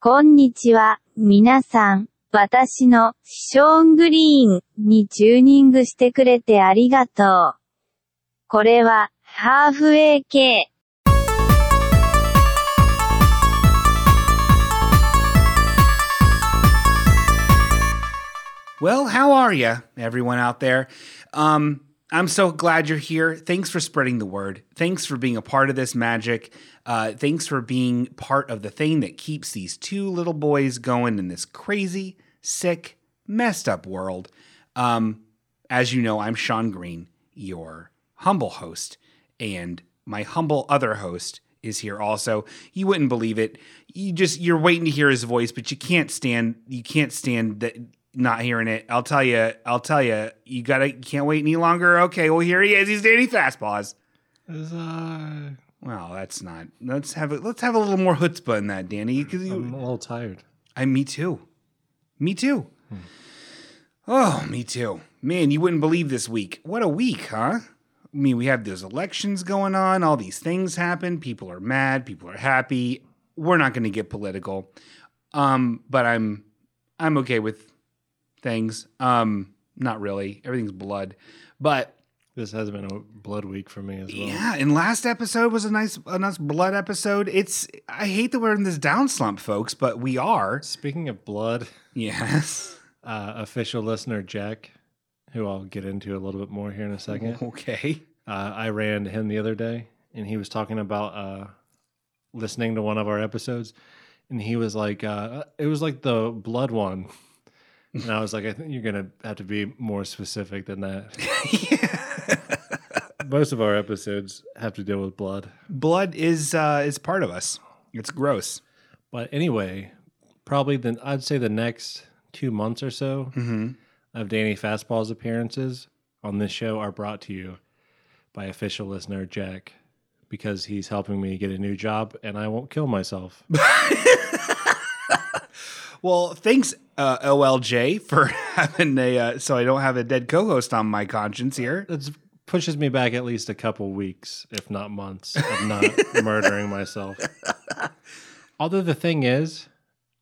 こんにちは、皆さん。私の、ショーングリーンにチューニングしてくれてありがとう。これは、ハーフウェイ系。 Well, how are you, everyone out there? Um, I'm so glad you're here. Thanks for spreading the word. Thanks for being a part of this magic. Uh, thanks for being part of the thing that keeps these two little boys going in this crazy, sick, messed up world. Um, as you know, I'm Sean Green, your humble host, and my humble other host is here also. You wouldn't believe it. You just you're waiting to hear his voice, but you can't stand you can't stand that not hearing it. I'll tell you. I'll tell you. You gotta you can't wait any longer. Okay, well here he is. He's Danny Fastpaws. As I, Well, that's not. Let's have a let's have a little more chutzpah in that, Danny. 'cause you- I'm a little tired. I me too. Me too. Oh, me too. Man, you wouldn't believe this week. What a week, huh? I mean, we have those elections going on, all these things happen, people are mad, people are happy. We're not going to get political. Um, but I'm I'm okay with things. Um, not really. Everything's blood. But This has been a blood week for me as well. yeah, and last episode was a nice a nice blood episode. It's I hate that we're in this down slump, folks, but we are. Speaking of blood, Yes. uh, official listener Jack, who I'll get into a little bit more here in a second, Mm-hmm. Okay. uh, I ran to him the other day and he was talking about uh, listening to one of our episodes. And he was like, uh, it was like the blood one. And I was like, I think you're going to have to be more specific than that. Most of our episodes have to deal with blood. Blood is uh, is part of us. It's gross. But anyway, probably the I'd say the next two months or so Mm-hmm. of Danny Fastball's appearances on this show are brought to you by official listener Jack because he's helping me get a new job and I won't kill myself. Well, thanks uh, OLJ for having a uh, so I don't have a dead co-host on my conscience here. That pushes me back at least a couple weeks, if not months, of not murdering myself. Although the thing is,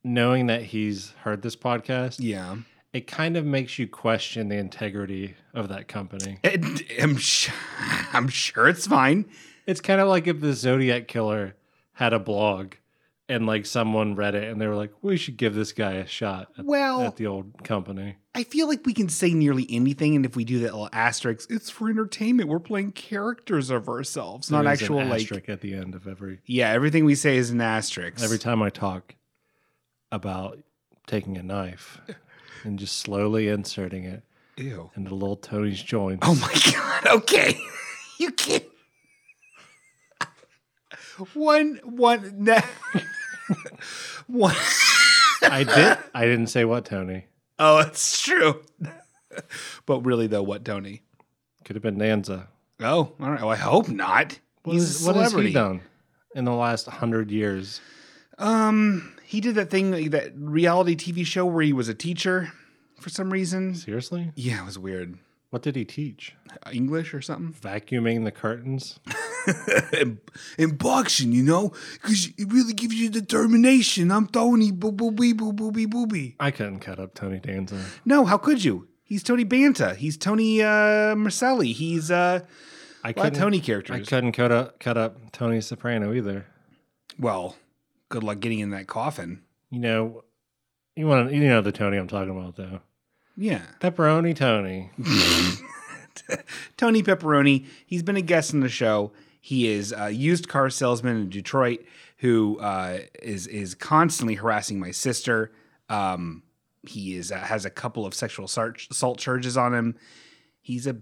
knowing that he's heard this podcast, Yeah, it kind of makes you question the integrity of that company. And I'm sh- I'm sure it's fine. It's kind of like if the Zodiac Killer had a blog and like someone read it and they were like, we should give this guy a shot at, Well- at the old company. I feel like we can say nearly anything, and if we do that little asterisk, it's for entertainment. We're playing characters of ourselves, not There is actual an like. asterisk at the end of every Yeah, everything we say is an asterisk. every time I talk about taking a knife and just slowly inserting it Ew. into little Tony's joints. Oh my god. Okay. you can't. One one ne- one I did. I didn't say what Tony. Oh, it's true. but really though, what Tony? Could have been Nanza. Oh, all right. Well, I hope not. What He's is- a what has celebrity. he done in the last hundred years? Um, he did that thing like, that reality TV show where he was a teacher for some reason. Seriously, Yeah, it was weird. Uh, what did he teach? English or something? Vacuuming the curtains. and, and boxing, you know, because it really gives you determination. I'm Tony, boo boo bee boo boo bee boo bee. I couldn't cut up Tony Danza. No, how could you? He's Tony Banta. He's Tony uh, Marcelli. He's uh, a I lot couldn't. of Tony I characters. couldn't cut up cut up Tony Soprano either. Well, good luck getting in that coffin. You know, you want to you know the Tony I'm talking about though. Yeah. Pepperoni Tony. Tony Pepperoni. He's been a guest on the show. He is a used car salesman in Detroit who uh, is is constantly harassing my sister. Um, he is uh, has a couple of sexual sar- assault charges on him. He's a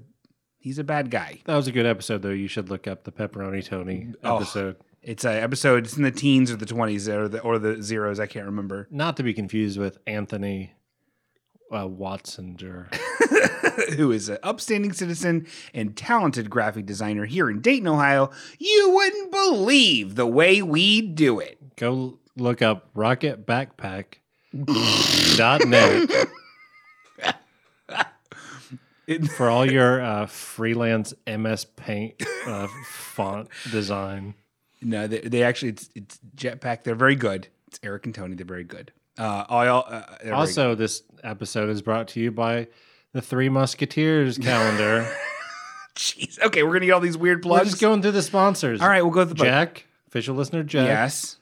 he's a bad guy. That was a good episode though. You should look up the Pepperoni Tony Oh. episode. It's a episode. It's in the teens or the twenties or the or the zeros. I can't remember. Not to be confused with Anthony uh, Watsonger. who is an upstanding citizen and talented graphic designer here in Dayton, Ohio. You wouldn't believe the way we do it. Go look up Rocket Backpack. dot net It- for all your uh, freelance MS Paint uh, font design. No, they, they actually it's, it's Jetpack. They're very good. It's Eric and Tony. They're very good. Uh, all y'all. Uh, they're very Also, this episode is brought to you by the Three Musketeers calendar. good. jeez. Okay, we're gonna get all these weird We're plugs. just going through the sponsors. all right, we'll go with the plug. Jack, official listener Jack. Yes,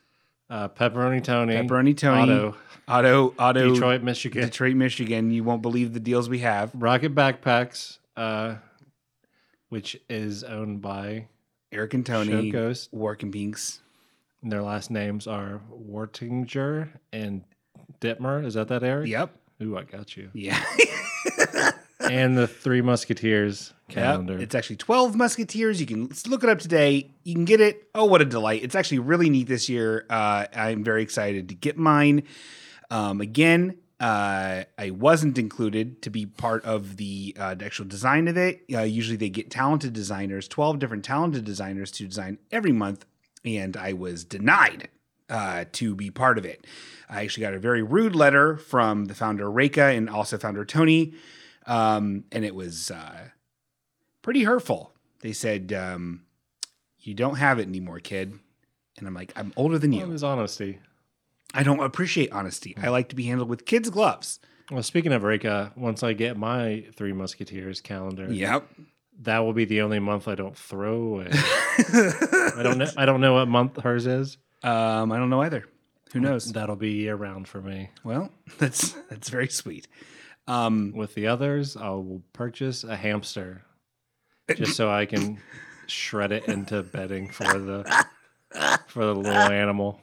Uh, Pepperoni Tony. pepperoni Tony, Otto, Auto, Auto, Detroit, Michigan. Detroit, Michigan. You won't believe the deals we have. Rocket Backpacks, uh, which is owned by Eric and Show Tony, Ghost. Working Pinks. And their last names are Wartinger and Ditmer. Is that that Eric? Yep. Ooh, I got you. Yeah. and the Three Musketeers calendar. Yep. It's actually 12 Musketeers. You can look it up today. You can get it. Oh, what a delight. It's actually really neat this year. Uh, I'm very excited to get mine. Um, again, uh, I wasn't included to be part of the uh, actual design of it. Uh, usually they get talented designers, 12 different talented designers to design every month, and I was denied uh, to be part of it. I actually got a very rude letter from the founder, Reka, and also founder Tony, um, and it was. Uh, pretty hurtful. They said, um, "You don't have it anymore, kid." And I'm like, "I'm older than Well, it you. was honesty. I don't appreciate honesty. I like to be handled with kids' gloves." Well, speaking of Rika, once I get my Three Musketeers calendar, Yep. that will be the only month I don't throw away. I don't know. I don't know what month hers is. Um, I don't know either. Who knows? That'll be year round for me. Well, that's that's very sweet. Um, With the others, I will purchase a hamster just so I can shred it into bedding for the for the little animal.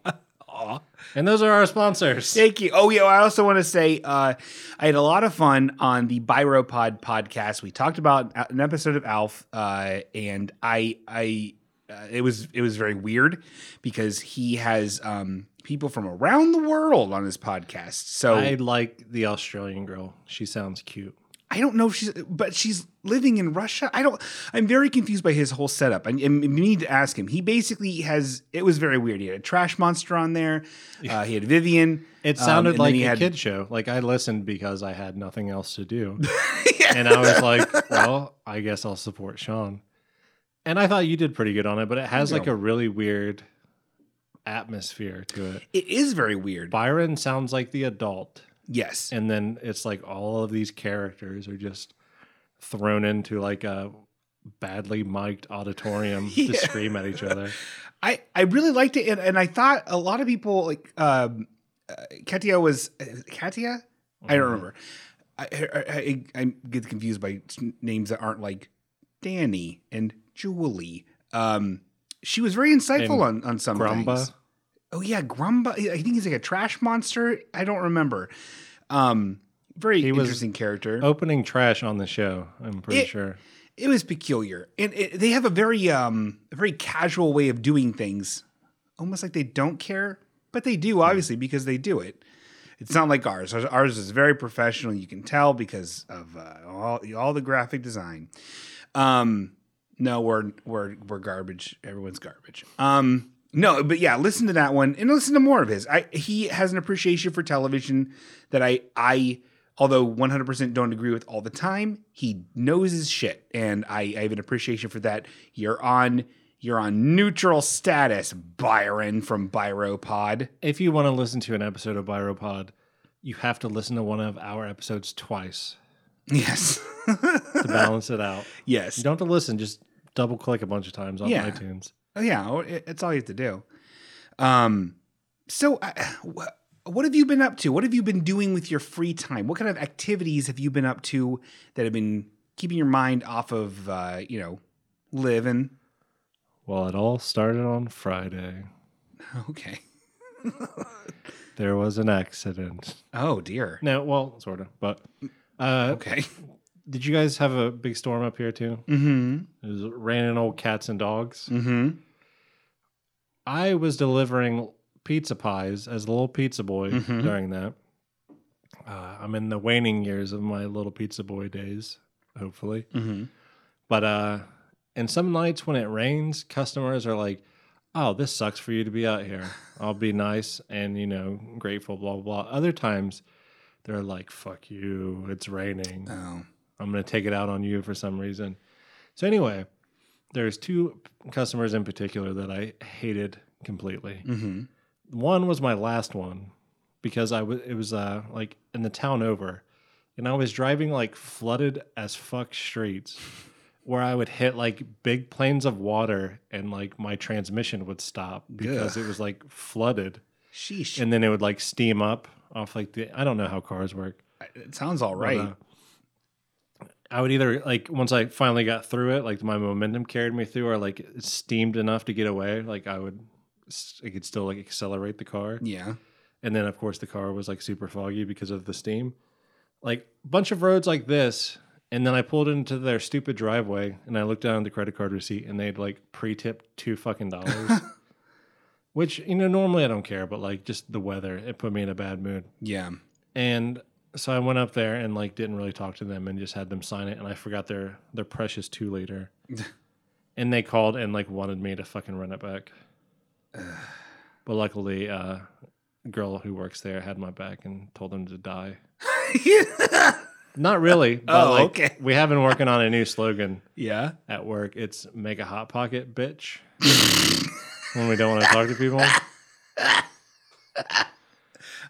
aw. And those are our sponsors. Thank you. Oh, yeah. I also want to say uh, I had a lot of fun on the Biropod podcast. We talked about uh, an episode of Alf, uh, and I, I, uh, it was it was very weird because he has um, people from around the world on his podcast. So I I, like the Australian girl. She sounds cute. don't know if she's, but she's living in Russia. I don't. I'm very confused by his whole setup. I, I need to ask him. He basically has. It was very weird. He had a trash monster on there. Uh, he had Vivian. It Um, sounded and then like a he had- kid show. Like I listened because I had nothing else to do. And I was like, well, I guess I'll support Sean. And I thought you did pretty good on it, but it has Thank like you. a really weird atmosphere to it. It is very weird. Byron sounds like the adult, yes. and then it's like all of these characters are just thrown into like a badly mic'd auditorium to Yeah. scream at each other. I, I really liked it, and, and I thought a lot of people like um, uh, Katia was uh, Katia. I Mm-hmm. don't remember. I, I, I I get confused by s- names that aren't like Danny and Julie. Um, she was very insightful on on some Grumba. things. Oh yeah, Grumba. I think he's like a trash monster. I don't remember. Um, very He was- interesting character. Opening trash on the show, I'm pretty It- sure. It was peculiar, and it, they have a very um a very casual way of doing things, almost like they don't care, but they do obviously because they do it. It's not like ours. Ours, ours is very professional. You can tell because of uh, all all the graphic design. Um, no, we're we're we're garbage. Everyone's garbage. Um, no, but yeah, listen to that one and listen to more of his. I he has an appreciation for television that I I although 100% don't agree with all the time, he knows his shit and I, I have an appreciation for that. You're on you're on neutral status, Byron from Byropod. If you want to listen to an episode of Byropod, you have to listen to one of our episodes twice Yes. to balance it out. yes. You don't have to listen, just double click a bunch of times on Yeah. iTunes. Oh, yeah, or- it- it's all you have to do. Um, so, uh, wh- what have you been up to? What have you been doing with your free time? What kind of activities have you been up to that have been keeping your mind off of, uh, you know, living? Well, it all started on Friday. Okay. There was an accident. Oh dear. No, well, sort of, but uh, Okay. did you guys have a big storm up here too? Mm-hmm. It was raining old cats and dogs. Mm-hmm. I was delivering pizza pies as a little pizza boy Mhm. during that. Uh, I'm in the waning years of my little pizza boy days, hopefully. Mm-hmm. But uh, and some nights when it rains, customers are like, "Oh, this sucks for you to be out here. I'll be nice and you know grateful." Blah blah. blah. Other times, they're like, "Fuck you! It's raining. Oh. I'm gonna take it out on you for some reason." So anyway, there's two customers in particular that I hated completely. Mm-hmm. One was my last one because I was it was uh like in the town over, and I was driving like flooded as fuck streets, where I would hit like big planes of water and like my transmission would stop because Ugh. it was like flooded, Sheesh. and then it would like steam up off like the I don't know how cars work. it sounds all But, right. uh, I would either like once I finally got through it, like my momentum carried me through, or like it steamed enough to get away. Like I would, s- I could still like accelerate the car, yeah. and then of course the car was like super foggy because of the steam. Like bunch of roads like this, and then I pulled into their stupid driveway, and I looked down at the credit card receipt, and they'd like pre-tipped two fucking dollars. Which you know normally I don't care, but like just the weather, it put me in a bad mood. Yeah. And so I went up there and like didn't really talk to them and just had them sign it and I forgot their their precious two liter. and they called and like wanted me to fucking run it back. but luckily, uh a girl who works there had my back and told them to die. Not really, but Oh, like okay. we have been working on a new slogan yeah. at work. It's make a hot pocket, bitch. when we don't want to talk to people.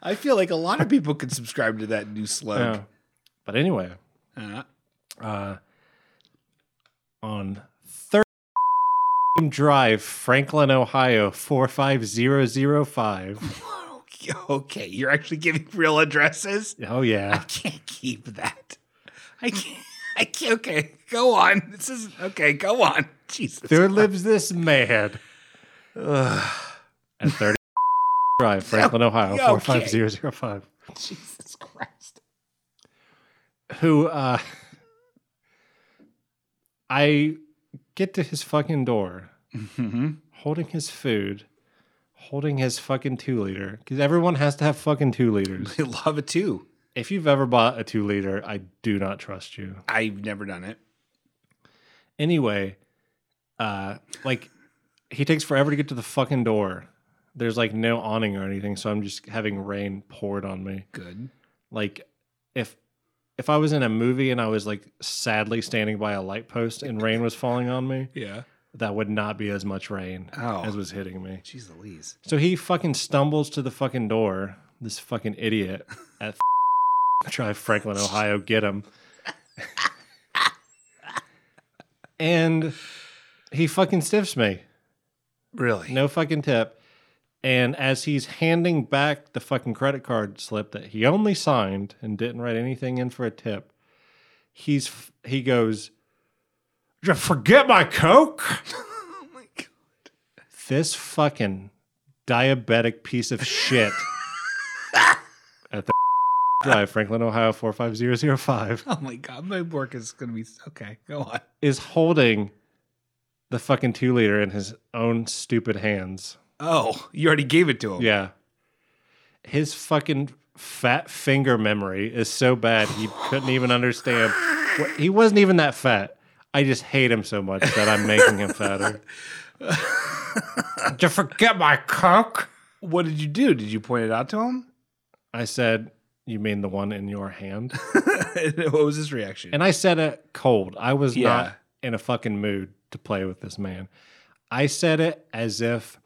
I feel like a lot of people could subscribe to that new slug. Yeah. But anyway, Uh, uh, on third drive, Franklin, Ohio, 45005. okay. You're actually giving real addresses? Oh, I yeah. can't keep that. I can't. I can't. Okay. Go on. This is. Okay. Go on. Jesus. There lives this man Ugh. at 30 drive, Franklin, Ohio, okay. 45005, Jesus Christ. who, uh, I get to his fucking door Mm-hmm. holding his food, holding his fucking two liter, because everyone has to have fucking two liters. I love it too. If you've ever bought a two liter, I do not trust you. I've never done it. anyway, uh, like he takes forever to get to the fucking door. There's like no awning or anything, so I'm just having rain poured on me. Good. Like if if I was in a movie and I was like sadly standing by a light post and rain was falling on me, Yeah. that would not be as much rain Oh. as was hitting me. Jeez Louise. So he fucking stumbles to the fucking door. This fucking idiot at try Franklin, Ohio, get him. and he fucking stiffs me. Really? No fucking tip. And as he's handing back the fucking credit card slip that he only signed and didn't write anything in for a tip, he's f- he goes, "Did you "Forget my coke." Oh my God. this fucking diabetic piece of shit at the drive, Franklin, Ohio 45005, Oh my God. My work is going to be. Okay. Go on. is holding the fucking two liter in his own stupid hands. Oh, you already gave it to him. Yeah. His fucking fat finger memory is so bad he couldn't even understand. what- He wasn't even that fat. I just hate him so much that I'm making him fatter. Did you forget my coke? What did you do? Did you point it out to him? I said, You mean the one in your hand? what was his reaction? And I said it cold. I was Yeah. not in a fucking mood to play with this man. I said it as if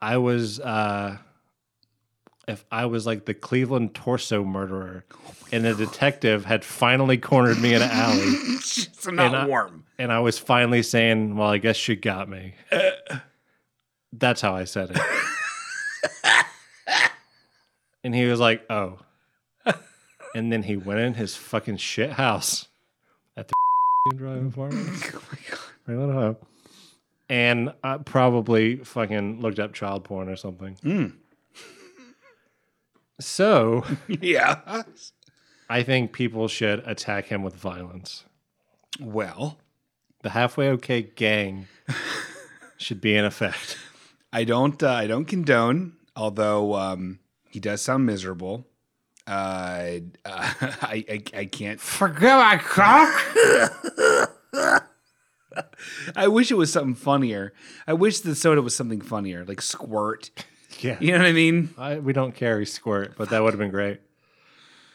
I was, uh, if I was like the Cleveland torso murderer and the detective had finally cornered me in an alley so not and I- warm. and I was finally saying, Well, I guess she got me. That's how I said it. and he was like, Oh. And then he went in his fucking shit house at the drive apartment. Oh my God. Right on up. And I probably fucking looked up child porn or something. Mm. So Hmm. Yeah. I think people should attack him with violence. Well, The halfway okay gang should be in effect. I don't. Uh, I don't condone. Although um, he does sound miserable. Uh, uh, I, I I can't. Forget my cock. I wish it was something funnier. I wish the soda was something funnier, like squirt. Yeah. You know what I mean? I, we don't carry squirt, but that would have been great.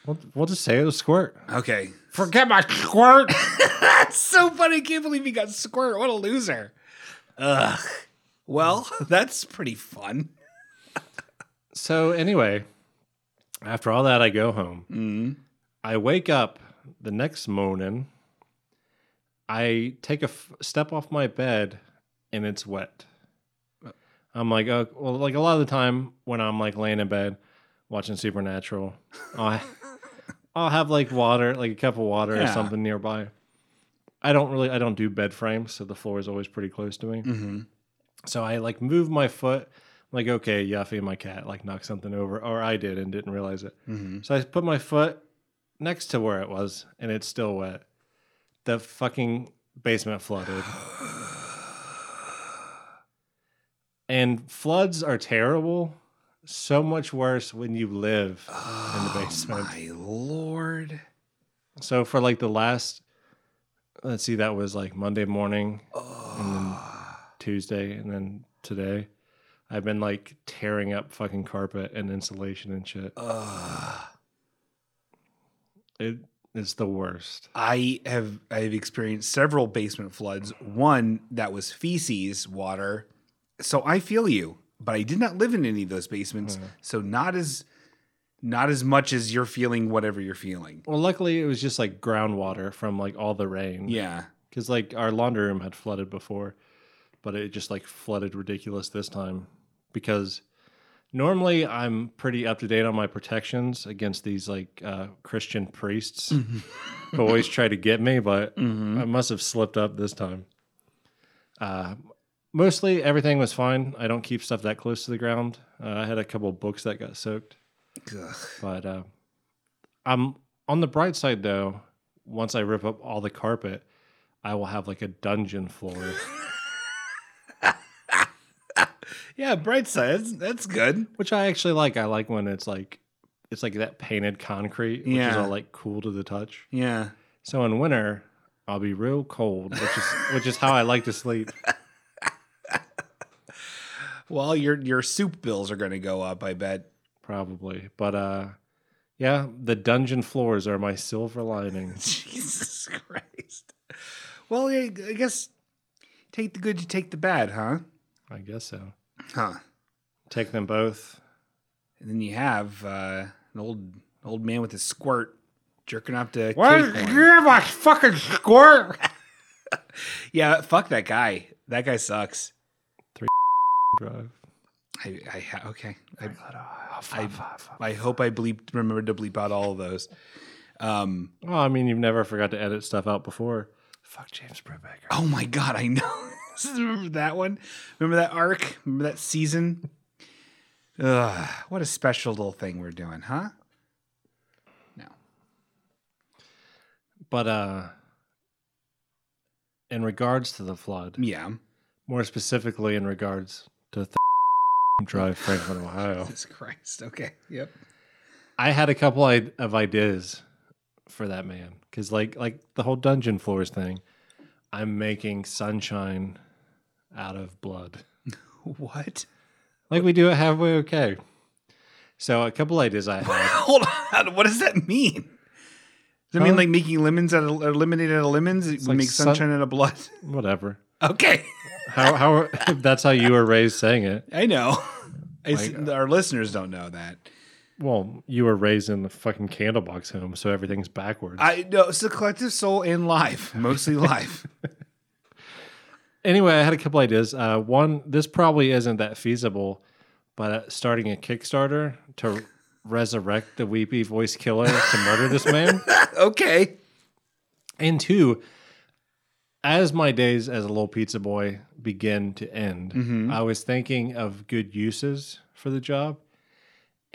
We'll, we'll just say it was squirt. Okay. Forget my squirt. That's so funny. I can't believe he got squirt. What a loser. Ugh. Well, that's pretty fun. So anyway, after all that, I go home. Mm. I wake up the next morning. I take a f- step off my bed, and it's wet. I'm like, oh, well, like a lot of the time when I'm like laying in bed watching Supernatural, I, I'll have like water, like a cup of water or Yeah. something nearby. I don't really, I don't do bed frames, so the floor is always pretty close to me. hmm So I like move my foot, like, okay, Yuffie, my cat, like knocked something over, or I did and didn't realize it. hmm So I put my foot next to where it was, and it's still wet. The fucking basement flooded. And floods are terrible. So much worse when you live in the basement. Mm-hmm. Oh, My lord. So for like the last, let's see, that was like Monday morning, Oh. Tuesday, and then today. I've been like tearing up fucking carpet and insulation and shit. Ugh. It is the worst. I have I have experienced several basement floods. One that was feces water, so I feel you. But I did not live in any of those basements, Yeah. so not as not as much as you're feeling whatever you're feeling. Well, luckily it was just like groundwater from like all the rain. Yeah, Because like our laundry room had flooded before, but it just like flooded ridiculous this time. Because normally I'm pretty up to date on my protections against these like uh, Christian priests Mm. Mm-hmm. who always try to get me, but I must have slipped up this time. Uh, mostly everything was fine. I don't keep stuff that close to the ground. Uh, I had a couple books that got soaked. Ugh. But uh, I'm on the bright side though. Once I rip up all the carpet, I will have like a dungeon floor. yeah. Bright side. That's, that's good. which I actually like. I like when it's like it's like that painted concrete, which is Yeah. all like cool to the touch. Yeah. So in winter, I'll be real cold, which is which is how I like to sleep. Well, your your soup bills are going to go up. I bet. Probably. But uh yeah, the dungeon floors are my silver lining. Jesus Christ. Well, I, I guess take the good, you take the bad, huh? I guess so. Huh. Take them both. And then you have uh, an old old man with a squirt jerking off to What? cake one. Give a fucking squirt. Yeah, fuck that guy. That guy sucks. Drive. I, I ha- okay. I, oh, I, I hope I bleep remembered to bleep out all of those. Um, Well, I mean, you've never forgot to edit stuff out before. Fuck James Brubaker. oh my god, I know. remember that one? Remember that arc? Remember that season? Ugh, what a special little thing we're doing, huh? No. But uh, in regards to the flood, Yeah. more specifically in regards to th- Drive, Franklin, Ohio, Jesus Christ. Okay. Yep. I had a couple i- of ideas for that man because, like, like the whole dungeon floors thing, I'm making sunshine out of blood. What? Like we do at halfway okay. So a couple ideas I had. Hold on. What does that mean? Does it mean Huh? like making lemons out of or lemonade out of lemons? It like makes sun- sunshine out of blood. Whatever. Okay, How how if that's how you were raised saying it. I know. I s- Like, uh our listeners don't know that. Well, you were raised in the fucking candlebox home, so everything's backwards. I know it's the collective soul and life, mostly life. anyway, I had a couple ideas. Uh, one, this probably isn't that feasible, but uh, starting a Kickstarter to resurrect the weepy voice killer to murder this man. okay. And two, as my days as a little pizza boy begin to end, Mhm. I was thinking of good uses for the job.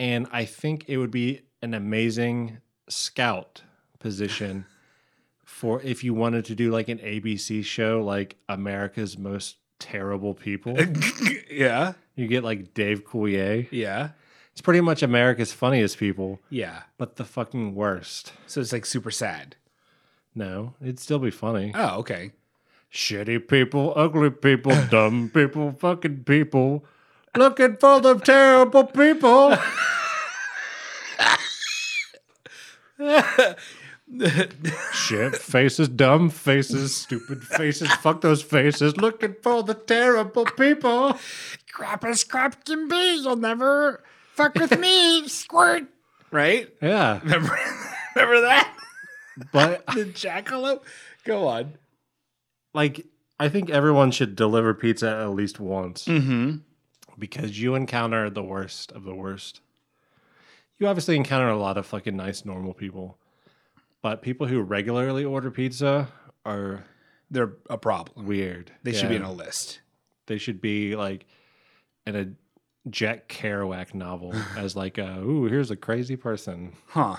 And I think it would be an amazing scout position for if you wanted to do like an ABC show, like America's Most Terrible People. yeah. You get like Dave Coulier. Yeah. It's pretty much America's Funniest People, Yeah. but the fucking worst. So it's like super sad. No, it'd still be funny. Oh, okay. Shitty people, ugly people, dumb people, fucking people, looking for the terrible people. Shit faces, dumb faces, stupid faces, fuck those faces, looking for the terrible people. Crap as crap can be. You'll never Fuck with me, squirt. right? Yeah, Remember, remember that? but The jackalope? Go on. like I think everyone should deliver pizza at least once Mm-hmm. because you encounter the worst of the worst. You obviously encounter a lot of fucking nice normal people, but people who regularly order pizza are They're a problem. weird. They should be in Yeah. a list. They should be like in a Jack Kerouac novel as like a ooh, here's a crazy person. Huh.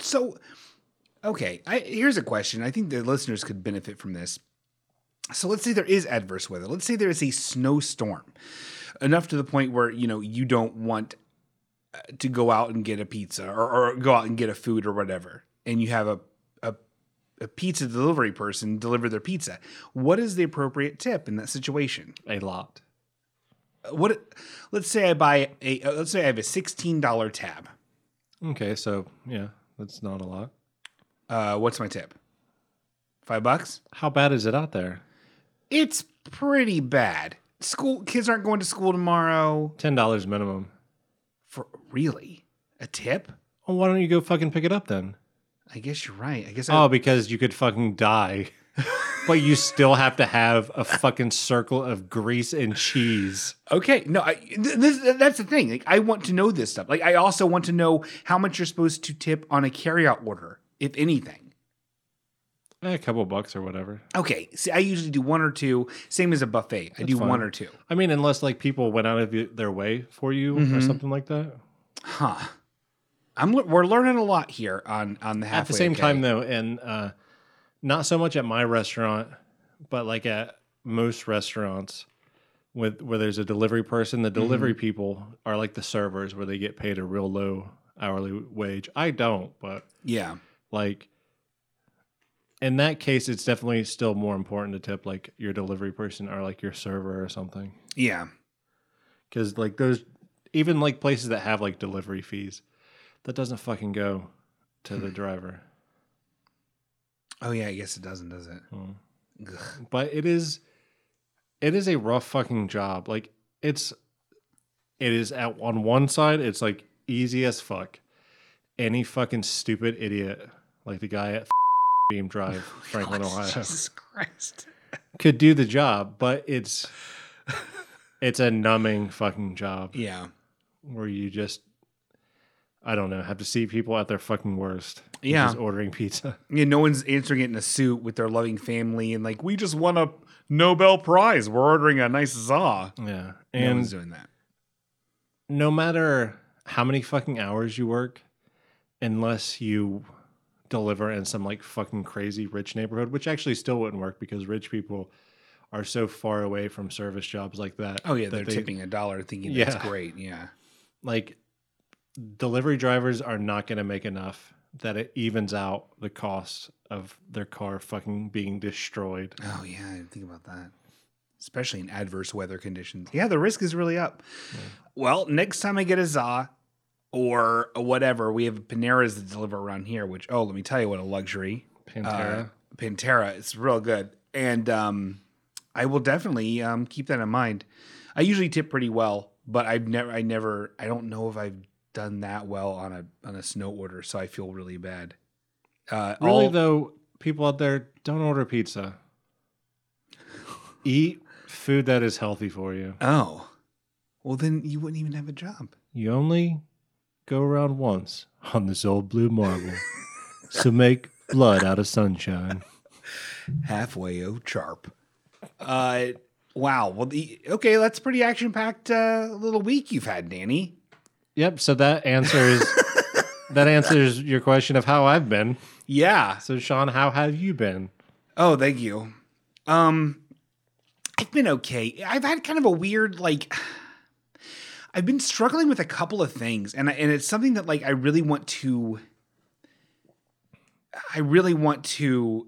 So, okay, I, here's a question. I think the listeners could benefit from this. So let's say there is adverse weather. Let's say there is a snowstorm, enough to the point where you know you don't want uh, to go out and get a pizza or, or go out and get a food or whatever, and you have a, a a pizza delivery person deliver their pizza. What is the appropriate tip in that situation? A lot. What? Let's say I buy a. uh, Let's say I have a sixteen dollar tab. Okay, so yeah, that's not a lot. Uh, what's my tip? Five bucks? How bad is it out there? It's pretty bad. School kids aren't going to school tomorrow. Ten dollars minimum. For really? A tip? Well, why don't you go fucking pick it up then? I guess you're right. I guess I, Oh, because you could fucking die. but you still have to have a fucking circle of grease and cheese. okay. No, I, th- this, that's the thing. Like, I want to know this stuff. Like, I also want to know how much you're supposed to tip on a carryout order, if anything. Eh, a couple bucks or whatever. Okay. See, I usually do one or two. Same as a buffet. I do fine. one or two. I mean, unless like people went out of y- their way for you or Mhm. something like that. Huh. I'm le- we're learning a lot here on on the halfway. at the same okay. time though and uh not so much at my restaurant but like at most restaurants with where there's a delivery person the Mm-hmm. delivery people are like the servers where they get paid a real low hourly wage i don't but Yeah. like in that case it's definitely still more important to tip like your delivery person or like your server or something Yeah. because like those even like places that have like delivery fees that doesn't fucking go to the driver Oh yeah. I guess it doesn't, does it? Mm. Ugh. but it is it is a rough fucking job like it's it is at on one side it's like easy as fuck any fucking stupid idiot like the guy at beam drive Oh franklin ohio Jesus Christ. could do the job but it's it's a numbing fucking job Yeah. where you just i don't know have to see people at their fucking worst which Yeah. is ordering pizza Yeah, no one's answering it in a suit with their loving family and like, we just won a Nobel Prize. We're ordering a nice za. yeah no and one's doing that. no matter how many fucking hours you work, unless you deliver in some like fucking crazy rich neighborhood, which actually still wouldn't work because rich people are so far away from service jobs like that. Oh yeah, that they're they- tipping a dollar thinking that's Yeah. great. Yeah. Like delivery drivers are not going to make enough that it evens out the cost of their car fucking being destroyed. Oh yeah, I didn't think about that. Especially in adverse weather conditions. Yeah, the risk is really up. Well, next time I get a za or whatever, we have Panera's that deliver around here, which oh, let me tell you what a luxury. Uh, Pantera. Pantera. It's real good. And um, I will definitely um, keep that in mind. I usually tip pretty well, but I've never, I never, I don't know if I've done that well on a on a snow order, so I feel really bad. Uh, really all- though, people out there don't order pizza. Eat food that is healthy for you. Oh, well then you wouldn't even have a job. You only go around once on this old blue marble. so make blood out of sunshine. Halfway oh sharp. Uh, wow. Well, the, okay, that's a pretty action packed uh, little week you've had, Danny. Yep, so that answers that answers your question of how I've been. Yeah. So Sean, how have you been? Oh, thank you. Um, I've been okay. I've had kind of a weird like. I've been struggling with a couple of things, and I, and it's something that like I really want to. I really want to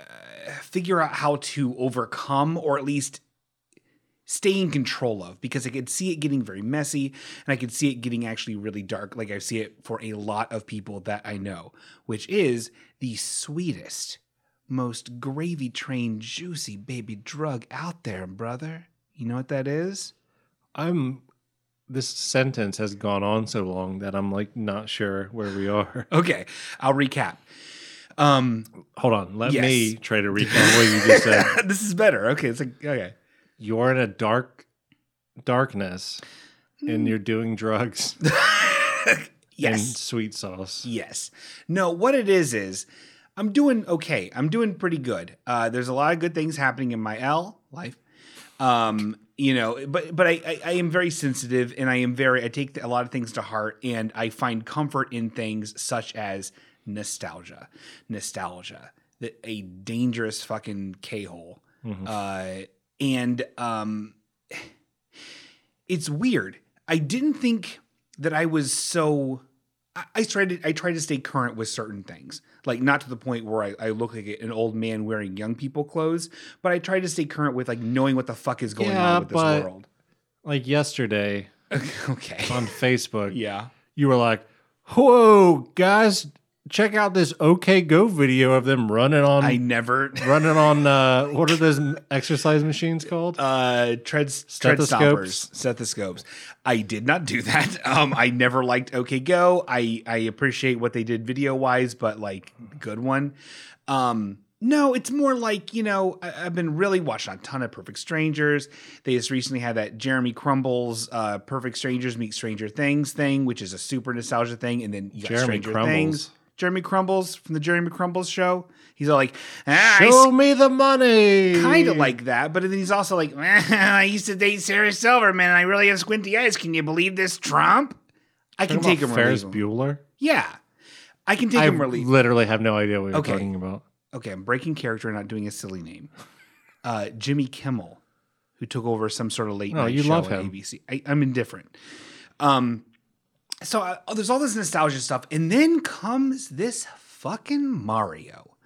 uh, figure out how to overcome, or at least stay in control of, because I could see it getting very messy, and I could see it getting actually really dark. Like I see it for a lot of people that I know, which is the sweetest most gravy train juicy baby drug out there, brother. You know what that is? I'm this sentence has gone on so long that I'm like not sure where we are. Okay, I'll recap. Um, Hold on, let Yes. me try to recap what you just said. this is better. Okay, it's like okay. You're in a dark darkness and you're doing drugs and Mm. yes. sweet sauce. Yes. No, what it is is I'm doing okay. I'm doing pretty good. Uh, there's a lot of good things happening in my L life. Um, you know, but but I, I I am very sensitive and I am very I take a lot of things to heart and I find comfort in things such as nostalgia. Nostalgia. The, a dangerous fucking K-hole. Mhm. Uh, and um, it's weird. I didn't think that I was so. I, I tried to I tried to stay current with certain things, like not to the point where I, I look like an old man wearing young people clothes, but I tried to stay current with like knowing what the fuck is going Yeah, on with but- this world. Like yesterday okay. on Facebook, Yeah. you were like, "Whoa, guys, check out this OK Go video of them running on I never running on uh, what are those m- exercise machines called? uh tread, tread Stethoscopes. stoppers stethoscopes i did not do that um i never liked okay go i i appreciate what they did video wise but like good one um no it's more like you know I, i've been really watching a ton of perfect strangers they just recently had that jeremy crumbles uh perfect strangers meet stranger things thing which is a super nostalgia thing and then you got Jeremy stranger Crumbles. things jeremy crumbles from the jeremy crumbles show he's all like ah, I Show me the money. kind of like that, but then he's also like, I used to date Sarah Silverman, and I really have squinty eyes. Can you believe this, Trump? I can Talking take about him Ferris Ferris or leave him. Bueller. Yeah, I can take I him or leave. him. literally have no idea what you're Okay. talking about. Okay, I'm breaking character and not doing a silly name. Uh, Jimmy Kimmel, who took over some sort of late No, night Oh, you show love at him. ABC. I, I'm indifferent. Um, so I, oh, there's all this nostalgia stuff, and then comes this fucking Mario.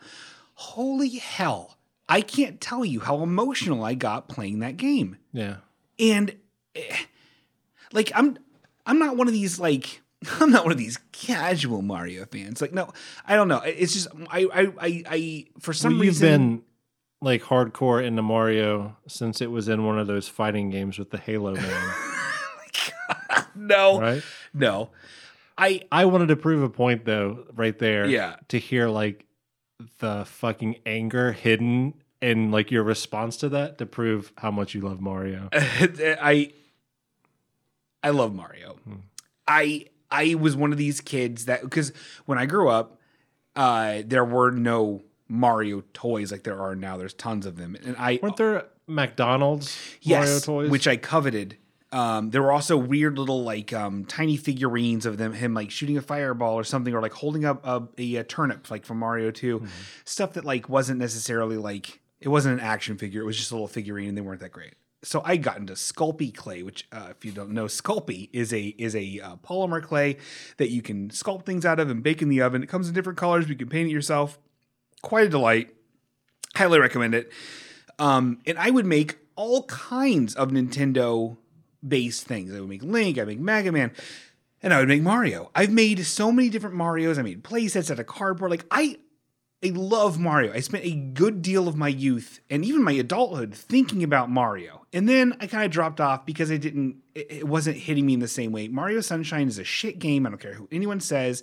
Holy hell! I can't tell you how emotional I got playing that game Yeah, and eh, like i'm i'm not one of these like i'm not one of these casual mario fans like no i don't know It- it's just i i i, I for some well, you've reason been like hardcore into Mario since it was in one of those fighting games with the Halo man, Oh no right? no i I wanted to prove a point though, right there. yeah to hear like the fucking anger hidden and like your response to that to prove how much you love Mario. I I love Mario. Hmm. I I was one of these kids that because when I grew up, uh, there were no Mario toys like there are now. There's tons of them, and I Weren't there McDonald's Mario yes, toys? which I coveted. Um, there were also weird little like um, tiny figurines of them, him like shooting a fireball or something, or like holding up a, a, uh, turnip like from Mario Two, Hmm. stuff that like wasn't necessarily like it wasn't an action figure. It was just a little figurine, and they weren't that great. So I got into Sculpey clay, which uh, if you don't know, Sculpey is a is a uh, polymer clay that you can sculpt things out of and bake in the oven. It comes in different colors. You can paint it yourself. Quite a delight. Highly recommend it. Um, and I would make all kinds of Nintendo based things. I would make Link, I would make Mega Man, and I would make Mario. I've made so many different Marios. I made play sets out of cardboard. Like I I love Mario. I spent a good deal of my youth and even my adulthood thinking about Mario. And then I kind of dropped off because I didn't it, it wasn't hitting me in the same way. Mario Sunshine is a shit game. I don't care who anyone says.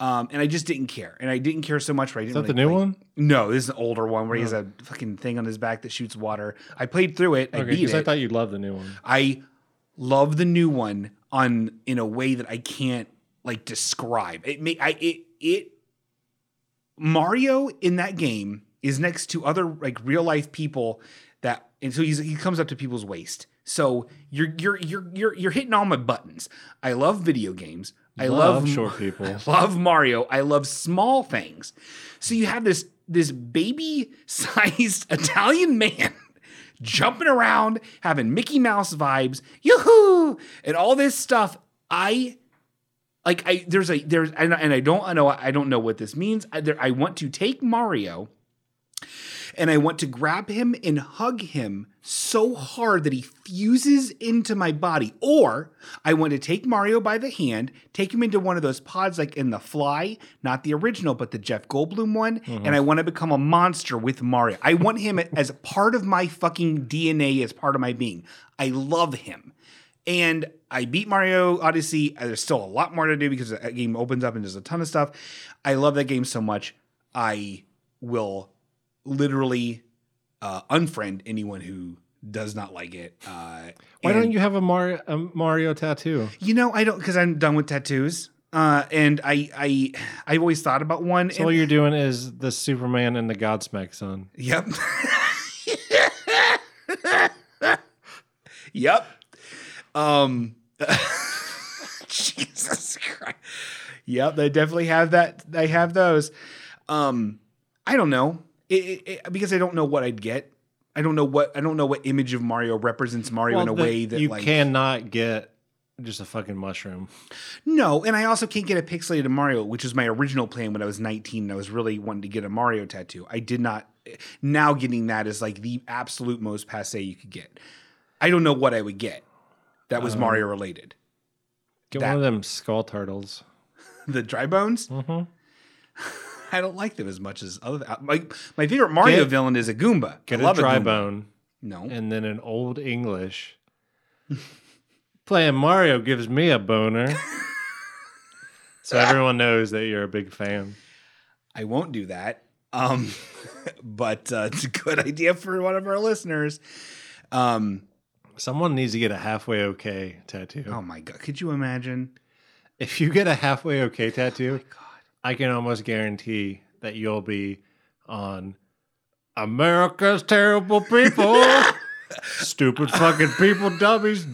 Um, and I just didn't care. And I didn't care so much where I Is didn't that the really new play- one? no, this is an older one where he has a fucking thing on his back that shoots water. I played through it. I Okay, beat because it. I I, thought you'd love the new one. love the new one on in a way that I can't like describe. It may I it it Mario in that game is next to other like real life people that and so he's, he comes up to people's waist. So you're you're you're you're you're hitting all my buttons. I love video games. I love, short people. I love Mario. I love small things. So you have this this baby sized Italian man jumping around, having Mickey Mouse vibes, yoo-hoo, and all this stuff. I like I there's a there's and, I- and I don't I know I don't know what this means. I, there, I want to take Mario and I want to grab him and hug him so hard that he fuses into my body. Or I want to take Mario by the hand, take him into one of those pods like in The Fly, not the original, but the Jeff Goldblum one, and I want to become a monster with Mario. I want him as part of my fucking DNA, as part of my being. I love him. And I beat Mario Odyssey. There's still a lot more to do because that game opens up and there's a ton of stuff. I love that game so much. I will literally uh, unfriend anyone who does not like it. Uh, Why and- don't you have a Mario, a Mario tattoo? You know, I don't because I'm done with tattoos. Uh, and I, I, I've always thought about one. So all and- you're doing is the Superman and the Godsmack son. Yep. yep. Um Jesus Christ. Yep, they definitely have that. They have those. Um I don't know. It, it, it- because I don't know what I'd get. I don't know what I don't know what image of Mario represents Mario in a Well, the- way that you like cannot get just a fucking mushroom. no, and I also can't get a pixelated Mario, which was my original plan when I was 19 and I was really wanting to get a Mario tattoo. I did not. Now getting that is like the absolute most passe you could get. I don't know what I would get that was Um, Mario related. Get That- one of them skull turtles. The dry bones, Mm-hmm. I don't like them as much as other. uh, My, my favorite Mario Get- villain is a Goomba. Get I love a dry Goomba. bone No. and then an old English. Playing Mario gives me a boner. so everyone knows that you're a big fan. I won't do that. Um, but uh, it's a good idea for one of our listeners. Um, Someone needs to get a halfway okay tattoo. oh my God. Could you imagine? If you get a halfway okay tattoo, Oh God. I can almost guarantee that you'll be on America's terrible people, stupid fucking people, dummies,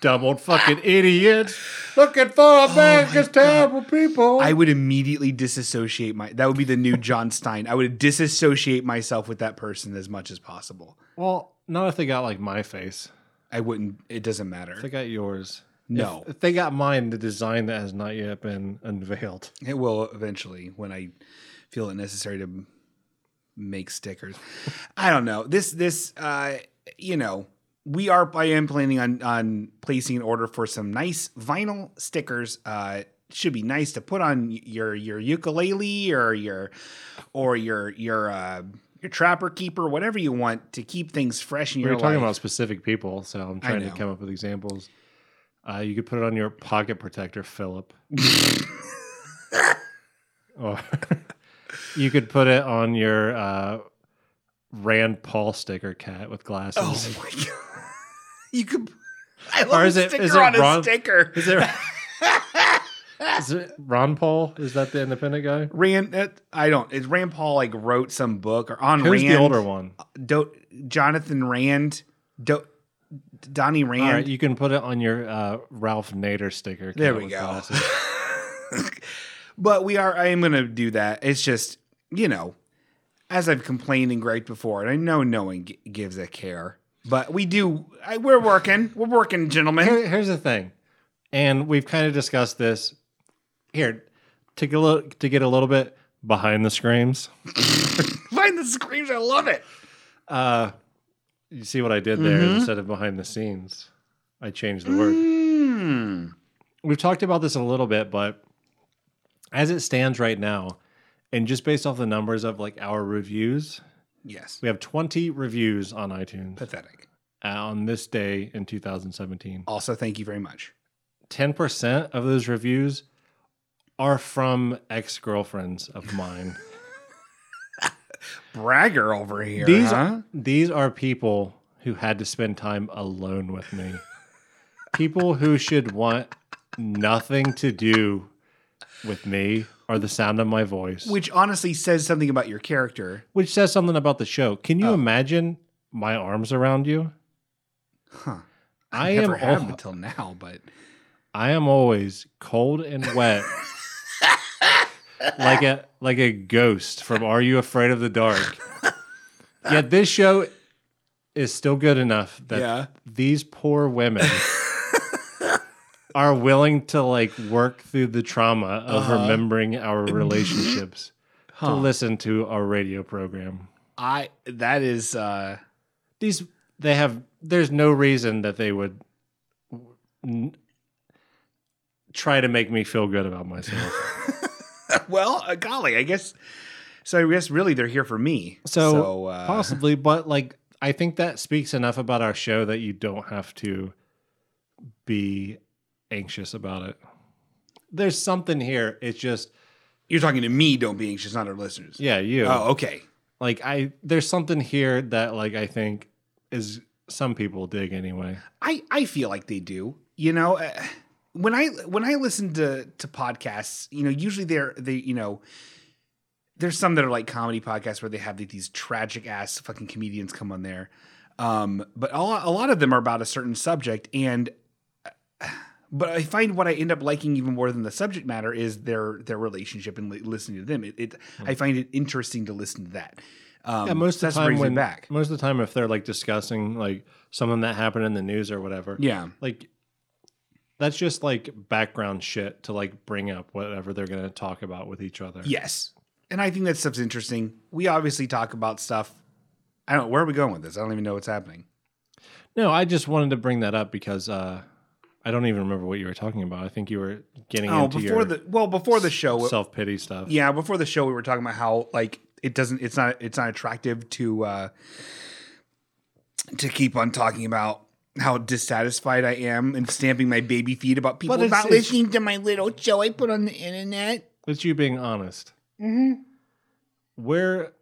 dumb old fucking idiots, looking for America's Oh God. terrible people. I would immediately disassociate my. That would be the new John Stein. I would disassociate myself with that person as much as possible. well, not if they got like my face. I wouldn't. It doesn't If they matter. got yours. No, If, if they got mine, the design that has not yet been unveiled. it will eventually when I feel it necessary to make stickers. I don't know. This this uh, you know we are. I am planning on on placing an order for some nice vinyl stickers. Uh, should be nice to put on your your ukulele or your or your your uh, your trapper keeper, whatever you want to keep things fresh in We your were talking life. about specific people, so I'm I trying to know. come up with examples. Uh, you could put it on your pocket protector, Philip. or you could put it on your uh, Rand Paul sticker cat with glasses. Oh my god! You could. I Or love is a it- sticker is it on a wrong- sticker. Is there? Is it Ron Paul? Is that the independent guy? Rand, uh, I don't. Is Rand Paul like wrote some book or on Who's Rand? the older one? Do, Jonathan Rand, Do, Donnie Rand. All right, you can put it on your uh, Ralph Nader sticker. there cat we with go. glasses. but we are. I am going to do that. It's just you know, as I've complained and griped before, and I know no one g- gives a care, but we do. I, we're working. We're working, gentlemen. Here- here's the thing, and we've kind of discussed this. Here, to get a little, to get a little bit behind the screams. Find the screams. I love it. Uh, you see what I did there Mhm. instead of behind the scenes. I changed the word. Mm. We've talked about this a little bit, but as it stands right now, and just based off the numbers of like our reviews, Yes. we have 20 reviews on iTunes uh, Pathetic. on this day in 2017. Also, thank you very much. 10% of those reviews are from ex girlfriends of mine. Bragger over here. These huh? These are people who had to spend time alone with me. people who should want nothing to do with me or the sound of my voice, which, which honestly says something about your character. says something about the show. Can you Oh. imagine my arms around you? Huh. I never am have al- until now, but I am always cold and wet. like a like a ghost from Are You Afraid of the Dark? Yet this show is still good enough that yeah, these poor women are willing to like work through the trauma of Uh-huh. remembering our relationships to Huh. listen to our radio program. I that is uh These they have there's no reason that they would n- try to make me feel good about myself. well, uh, golly, I guess. So I guess really they're here for me. So, uh, Possibly, but like I think that speaks enough about our show that you don't have to be anxious about it. There's something here. It's just You're talking to me. Don't be anxious, not our listeners. yeah, you. Oh, okay. Like I there's something here that like I think is some people dig anyway. I I feel like they do. You know, uh, when I when I listen to to podcasts, you know, usually they're they you know, there's some that are like comedy podcasts where they have like these tragic ass fucking comedians come on there, um, but a lot, a lot of them are about a certain subject, and uh, but I find what I end up liking even more than the subject matter is their their relationship and li- listening to them. It, it I find it interesting to listen to that. Um, Hmm. yeah, most of that's the what time brings me when back. most of the time if they're like discussing like something that happened in the news or whatever, Yeah, like that's just like background shit to like bring up whatever they're gonna talk about with each other. Yes. And I think that stuff's interesting. We obviously talk about stuff. I don't where are we going with this? I don't even know what's happening. No, I just wanted to bring that up because uh I don't even remember what you were talking about. I think you were getting Oh, into before your the well, before the show. uh, self pity stuff. Yeah, before the show we were talking about how like it doesn't it's not it's not attractive to uh to keep on talking about how dissatisfied I am and stamping my baby feet about people it's- not it's- listening to my little show I put on the internet. It's you being honest. We're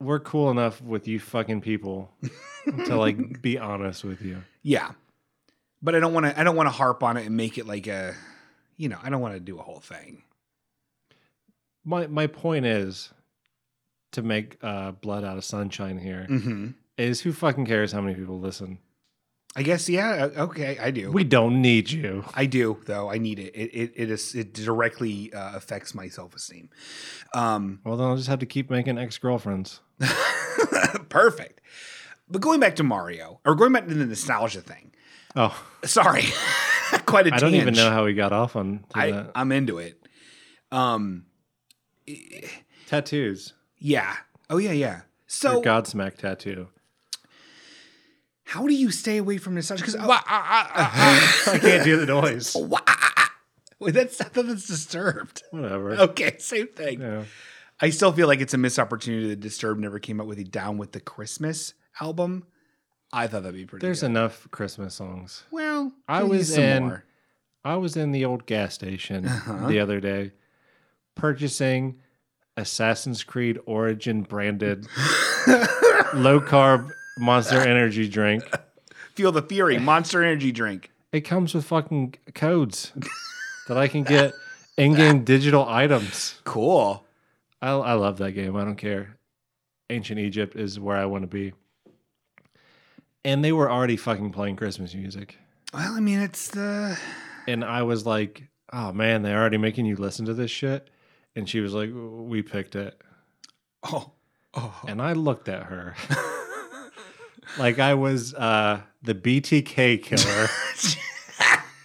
we're cool enough with you fucking people to like be honest with you. Yeah. But I don't want to I don't want to harp on it and make it like a you know, I don't want to do a whole thing. My my point is to make uh, blood out of sunshine here is Mhm. who fucking cares how many people listen? I guess yeah. o- Okay, I do. We don't need you. I do though. I need it. It it, it is it directly uh, affects my self esteem. Um, Well, then I'll just have to keep making ex girlfriends. perfect. But going back to Mario, or going back to the nostalgia thing. Oh, Sorry, quite a I don't even tinge. know how we got off on to I, that. I'm into it. Um, tattoos. yeah. Oh yeah, yeah. So Your Godsmack tattoo. how do you stay away from nostalgia? oh, Because I can't do the noise. that's I thought that's disturbed. Whatever. Okay, same thing. Yeah. I still feel like it's a missed opportunity that Disturbed never came out with a Down with the Christmas album. I thought that'd be pretty. There's good. enough Christmas songs. well, I we need was some in- more. I was in the old gas station Uh-huh. the other day purchasing Assassin's Creed Origin branded low carb monster energy drink. Feel the Fury Monster Energy Drink. It comes with fucking codes that I can get in game digital items. Cool. I, I love that game. I don't care. Ancient Egypt is where I want to be. And they were already fucking playing Christmas music. Well, I mean, it's the and I was like, "Oh man, they're already making you listen to this shit." And she was like, "We picked it." oh oh And I looked at her like I was uh, the BTK killer,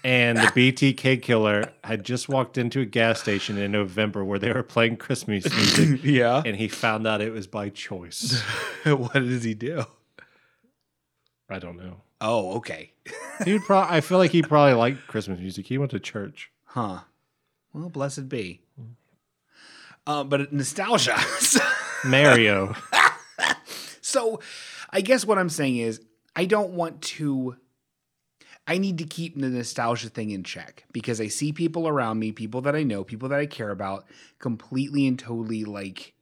and the BTK killer had just walked into a gas station in November where they were playing Christmas music, yeah. and he found out it was by choice. what does he do? I don't know. Oh, okay. He would probably. I feel like he probably liked Christmas music. He went to church. Huh. Well, blessed be. Uh, but nostalgia. Mario. So I guess what I'm saying is I don't want to I need to keep the nostalgia thing in check because I see people around me, people that I know, people that I care about completely and totally like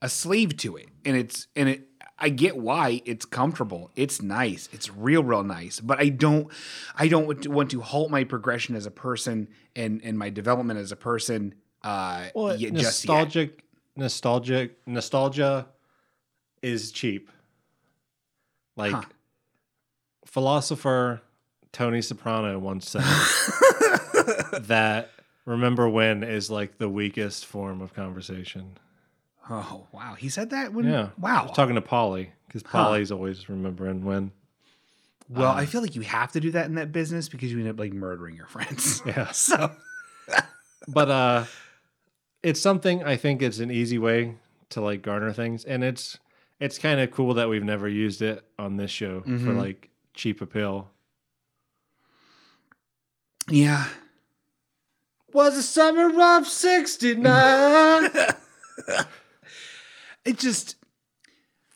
a slave to it. And it's and it I get why it's comfortable. It's nice. It's real real nice, but I don't I don't want to- want to halt my progression as a person and and my development as a person uh Well, yet, just yet. nostalgic, nostalgic, nostalgia is cheap. Like Huh. philosopher Tony Soprano once said that remember when is like the weakest form of conversation. Oh, wow. He said that when yeah. I wow. was talking to Polly because Polly's always remembering when. Well, I feel like you have to do that in that business because you end up like murdering your friends. Yeah. So But uh it's something I think it's an easy way to like garner things and it's it's kind of cool that we've never used it on this show for Mhm. like cheap appeal. yeah, was the summer of 69 it just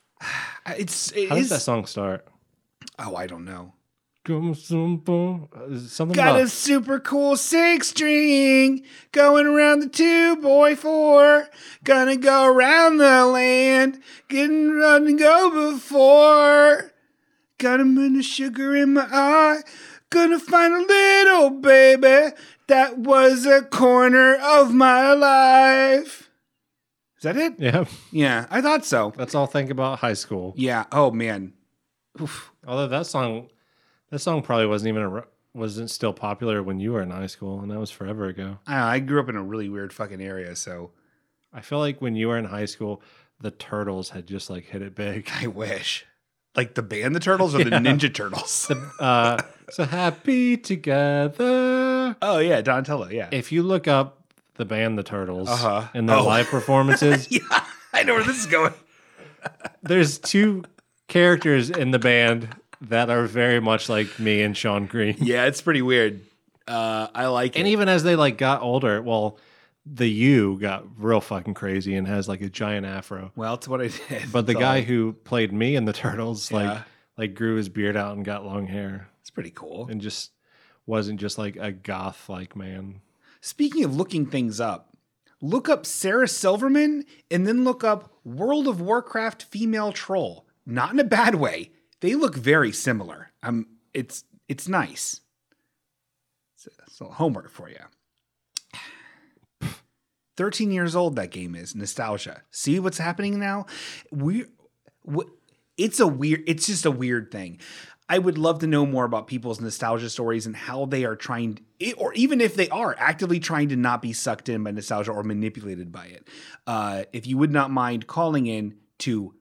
it's how does that it's song start oh I don't know. Come simple. Uh, Something Got a about super cool six string going around the two boy four. Gonna go around the land, getting run and go before. Got a moon of sugar in my eye. Gonna find a little baby that was a corner of my life. Is that it? yeah. Yeah, I thought so. That's all. Think about high school. Yeah. Oh man. Although that song, that song probably wasn't even a, re- wasn't still popular when you were in high school, and that was forever ago. I, I grew up in a really weird fucking area, so I feel like when you were in high school, the Turtles had just like hit it big. I wish. Like the band The Turtles or the Yeah. Ninja Turtles? Uh, so happy together. oh, yeah, Donatello, yeah. If you look up the band The Turtles Uh-huh. and their Oh. live performances, yeah, I know where this is going. there's two characters in the band that are very much like me and Sean Green. Yeah, it's pretty weird. Uh, I like And it. even as they like got older, well, the you got real fucking crazy and has like a giant afro. well, it's what I did. But the It's guy all- who played me in the Turtles Yeah. like like grew his beard out and got long hair It's pretty cool. and just wasn't just like a goth like man. Speaking of looking things up, look up Sarah Silverman and then look up World of Warcraft female troll. Not in a bad way. They look very similar. Um, it's it's nice. So, so homework for you. 13 years old that game is nostalgia see what's happening now we w- it's a weird it's just a weird thing i would love to know more about people's nostalgia stories and how they are trying it, or even if they are actively trying to not be sucked in by nostalgia or manipulated by it uh, if you would not mind calling in to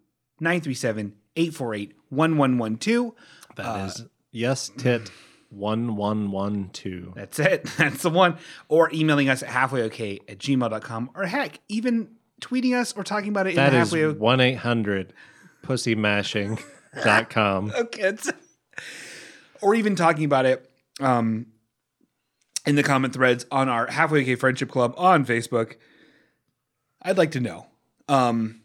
937-848-1112 That is yes tit one one one two. That's it. That's the one. Or emailing us at halfwayok at gmail.com or heck, even tweeting us or talking about it in That the is halfway okay. one eight hundred pussymashing dot com. kids. Or even talking about it um, in the comment threads on our halfway okay friendship club on Facebook. I'd like to know. Um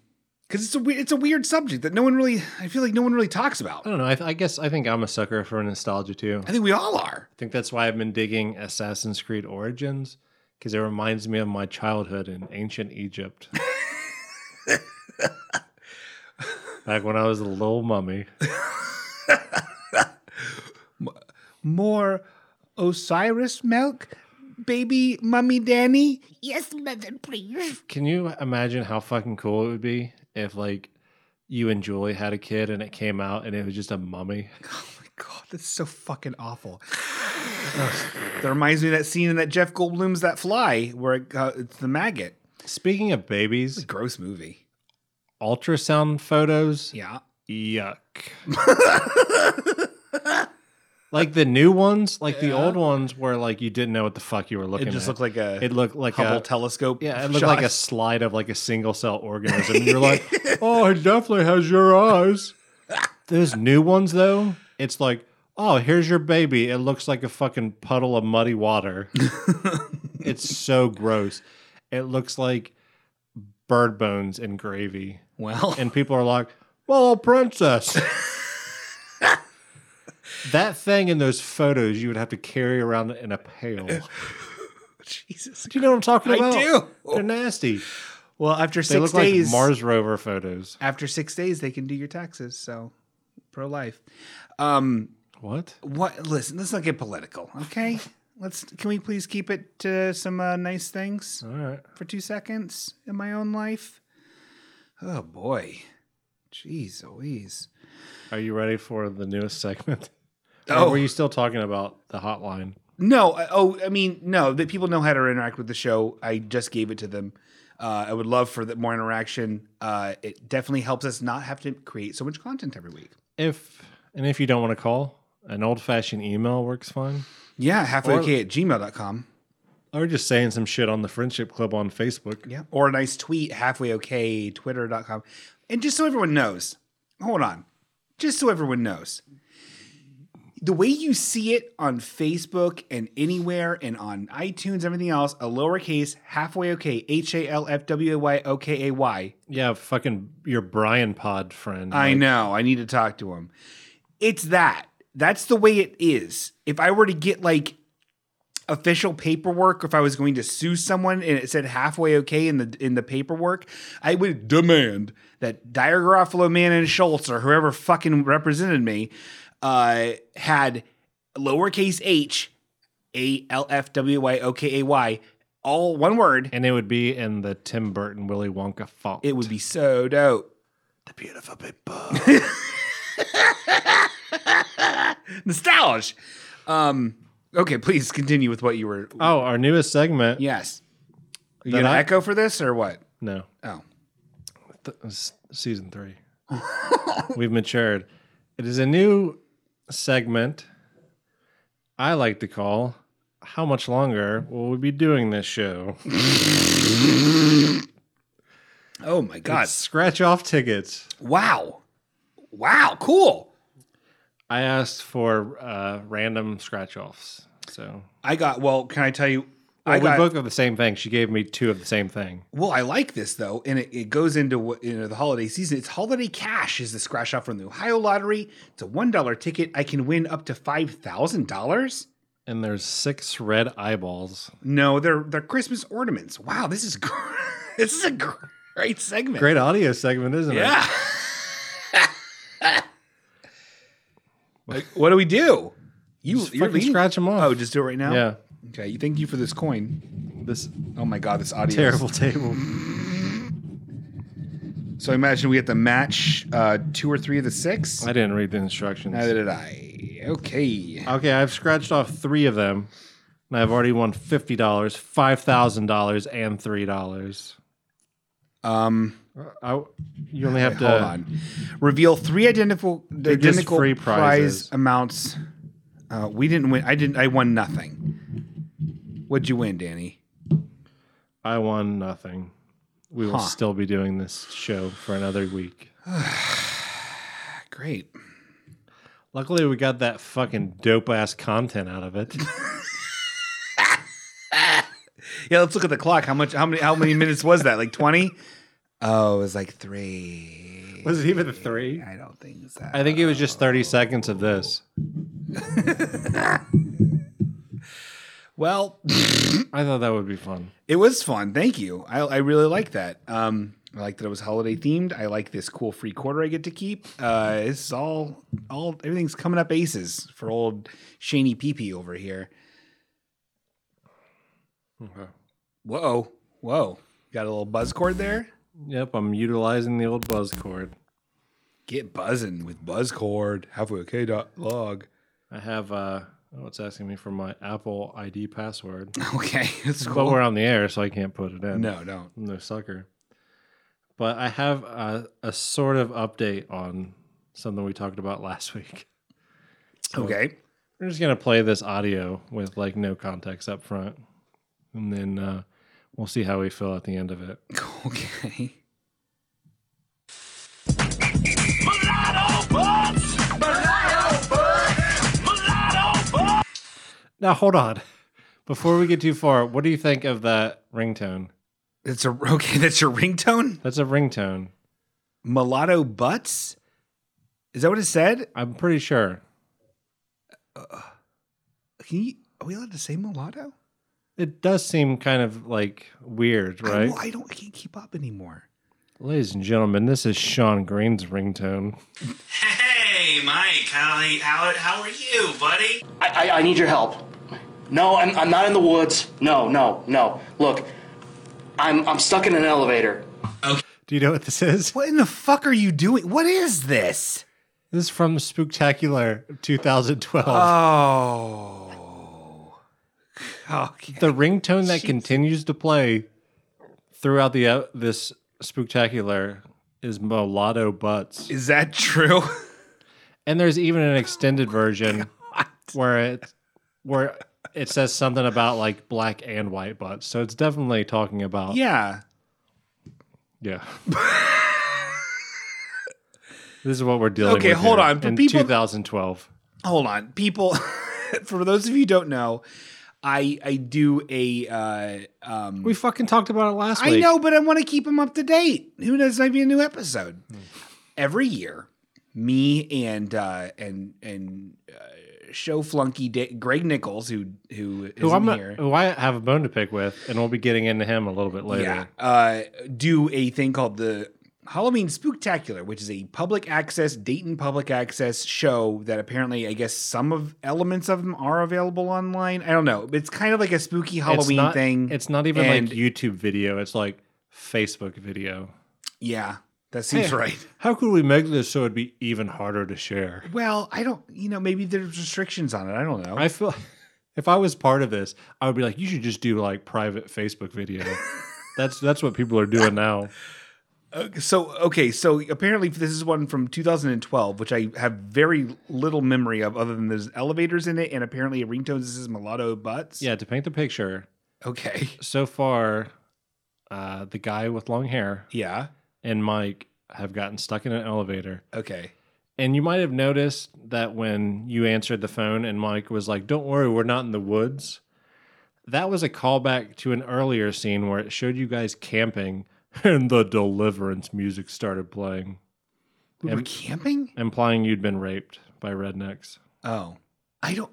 because it's a we- it's a weird subject that no one really I feel like no one really talks about. I don't know. I, I guess I think I'm a sucker for nostalgia too. I think we all are. I think that's why I've been digging Assassin's Creed Origins because it reminds me of my childhood in ancient Egypt. Back when I was a little mummy. More Osiris milk, baby mummy Danny. Yes, mother, please. Can you imagine how fucking cool it would be if like you and Julie had a kid and it came out and it was just a mummy? Oh my god, that's so fucking awful. Ugh, that reminds me of that scene in that Jeff Goldblum's That Fly where it, uh, it's the maggot. Speaking of It's babies, a gross movie. ultrasound photos, Yeah. yuck. Like the new ones, like the Yeah. old ones where like you didn't know what the fuck you were looking it just at. looked like a it looked like Hubble a, telescope. Yeah, it looked shot. like a slide of like a single cell organism. And you're like, oh, it definitely has your eyes. Those new ones though, it's like, oh, here's your baby. It looks like a fucking puddle of muddy water. it's so gross. It looks like bird bones and gravy. well, And people are like, well, princess. that thing in those photos you would have to carry around in a pail. Do Jesus. you know what I'm talking I about? do. They're nasty. Well, after They six look days, like Mars rover photos. after six days, they can do your taxes. So, pro life. Um, What? what? Listen, let's not get political, okay? Let's. Can we please keep it to some uh, nice things? All right. for two seconds in my own life. Oh boy. Jeez Louise. Are you ready for the newest segment? Oh. Or Uh, were you still talking about the hotline? No, I- oh, I mean, no, that people know how to interact with the show. I just gave it to them. Uh, I would love for the more interaction. Uh, it definitely helps us not have to create so much content every week. If and if you don't want to call, an old fashioned email works fine. Yeah, halfway Or- okay at gmail.com. Or just saying some shit on the friendship club on Facebook. Yeah. Or a nice tweet, halfway okay, twitter.com. And just so everyone knows, hold on. Just so everyone knows, the way you see it on Facebook and anywhere and on iTunes, everything else, a lowercase halfway okay, H A L F W A Y O K A Y. Yeah, fucking your Brian Pod friend. I Like, know. I need to talk to him. It's that. that's the way it is. If I were to get like official paperwork, if I was going to sue someone and it said halfway okay in the in the paperwork, I would demand that Dyer Garofalo, Man, and Schultz or whoever fucking represented me uh, had lowercase h a l f w y o k a y all one word. And it would be in the Tim Burton Willy Wonka font. It would be so dope. the beautiful big Nostalgia. Um, okay, please continue with what you were. oh, our newest segment. Uh, Yes. Uh-huh. You Then gonna I- echo for this or what? No, Oh, th- s- season three. We've matured. It is a new segment I like to call How Much Longer Will We Be Doing This Show? oh my God! It's scratch off tickets. Wow, wow, cool. I asked for uh, random scratch offs. So I got. Well, can I tell you? well, I we got. both got the same thing. She gave me two of the same thing. well, I like this though, and it, it goes into what you know the holiday season. It's holiday cash is the scratch off from the Ohio lottery. It's a one dollar ticket. I can win up to five thousand dollars. And there's six red eyeballs. No, they're they're Christmas ornaments. Wow, this is gr- this is a gr- great segment. Great audio segment, isn't it? Yeah. Like, what do we do? You Just you're fucking leading- scratch 'em off. Oh, just do it right now. Yeah. Okay. You thank you for this coin. This Oh my god, this audio. is- terrible table. So I imagine we have to match uh, two or three of the six. I didn't read the instructions. Neither did I. Okay. Okay, I've scratched off three of them, and I've already won fifty dollars, five thousand dollars, and three dollars. Um. I you only have wait, to hold on. Reveal three identical just identical free prize prizes. amounts. Uh, we didn't win. I didn't. I won nothing. What'd you win, Danny? I won nothing. We will Huh. still be doing this show for another week. Ah, Great. Luckily, we got that fucking dope ass content out of it. Yeah, let's look at the clock. How much? How many? How many minutes was that? Like twenty? Oh, it was like three. Was it even three? I don't think it's that. I think it was just thirty seconds of this. well, I thought that would be fun. it was fun. Thank you. I, I really like that. Um, I like that it was holiday themed. I like this cool free quarter I get to keep. Uh, this is all, all everything's coming up aces for old Shaney Peepee over here. Whoa, whoa! Got a little buzz cord there. Yep, I'm utilizing the old buzz cord. Get buzzing with buzz cord. Halfway okay dot log. I have uh oh it's asking me for my Apple ID password. Okay, that's But cool. we're on the air, so I can't put it in. No, don't. No sucker. But I have a, a sort of update on something we talked about last week. So Okay. We're just gonna play this audio with like no context up front. And then uh we'll see how we feel at the end of it. Okay. Now hold on. Before we get too far, what do you think of that ringtone? That's a okay. That's your ringtone. That's a ringtone. Mulatto butts. Is that what it said? I'm pretty sure. Can you, are we allowed to say mulatto? It does seem kind of like weird, I- right? well, I, don't. I can't keep up anymore. Ladies and gentlemen, this is Sean Green's ringtone. Hey, Mike, how, how, how are you, buddy? I, I, I need your help. No, I'm, I'm not in the woods. No, no, no. Look, I'm, I'm stuck in an elevator. Do you know what this is? What in the fuck are you doing? What is this? This is from Spooktacular 2012. Oh. Okay. the ringtone that continues to play throughout the uh, this Spooktacular is Mulatto Butts. Is that true? And there's even an extended version where it where it says something about like black and white butts. So it's definitely talking about yeah. Yeah. this is what we're dealing Okay, with. hold here on, but in people- 2012. Hold on, people. for those of you who don't know, I I do a. Uh, um, We fucking talked about it last I week. Hmm. know, but I want to keep them up to date. Who knows? Maybe a new episode every year. me and uh, and and uh, show flunky da- Greg Nichols, who who is who I'm not, here. who I have a bone to pick with, and we'll be getting into him a little bit later. Yeah, uh, do a thing called the Halloween Spooktacular, which is a public access Dayton public access show that apparently I guess some of elements of them are available online. I don't know. It's kind of like a spooky Halloween it's not, thing. It's not even and- like YouTube video. It's like Facebook video. yeah, that seems Hey. right. How could we make this so it'd be even harder to share? Well, I don't. You know, maybe there's restrictions on it. I don't know. I feel if I was part of this, I would be like, you should just do like private Facebook video. that's that's what people are doing now. Uh, So okay, so apparently this is one from 2012, which I have very little memory of, other than there's elevators in it, and apparently it ringtones this is mulatto butts. Yeah, to paint the picture, Okay. so far, uh, the guy with long hair Yeah. and Mike have gotten stuck in an elevator. Okay. And you might have noticed that when you answered the phone and Mike was like, Don't worry, we're not in the woods. That was a callback to an earlier scene where it showed you guys camping and the deliverance music started playing, We were And- camping. implying you'd been raped by rednecks. Oh, I don't.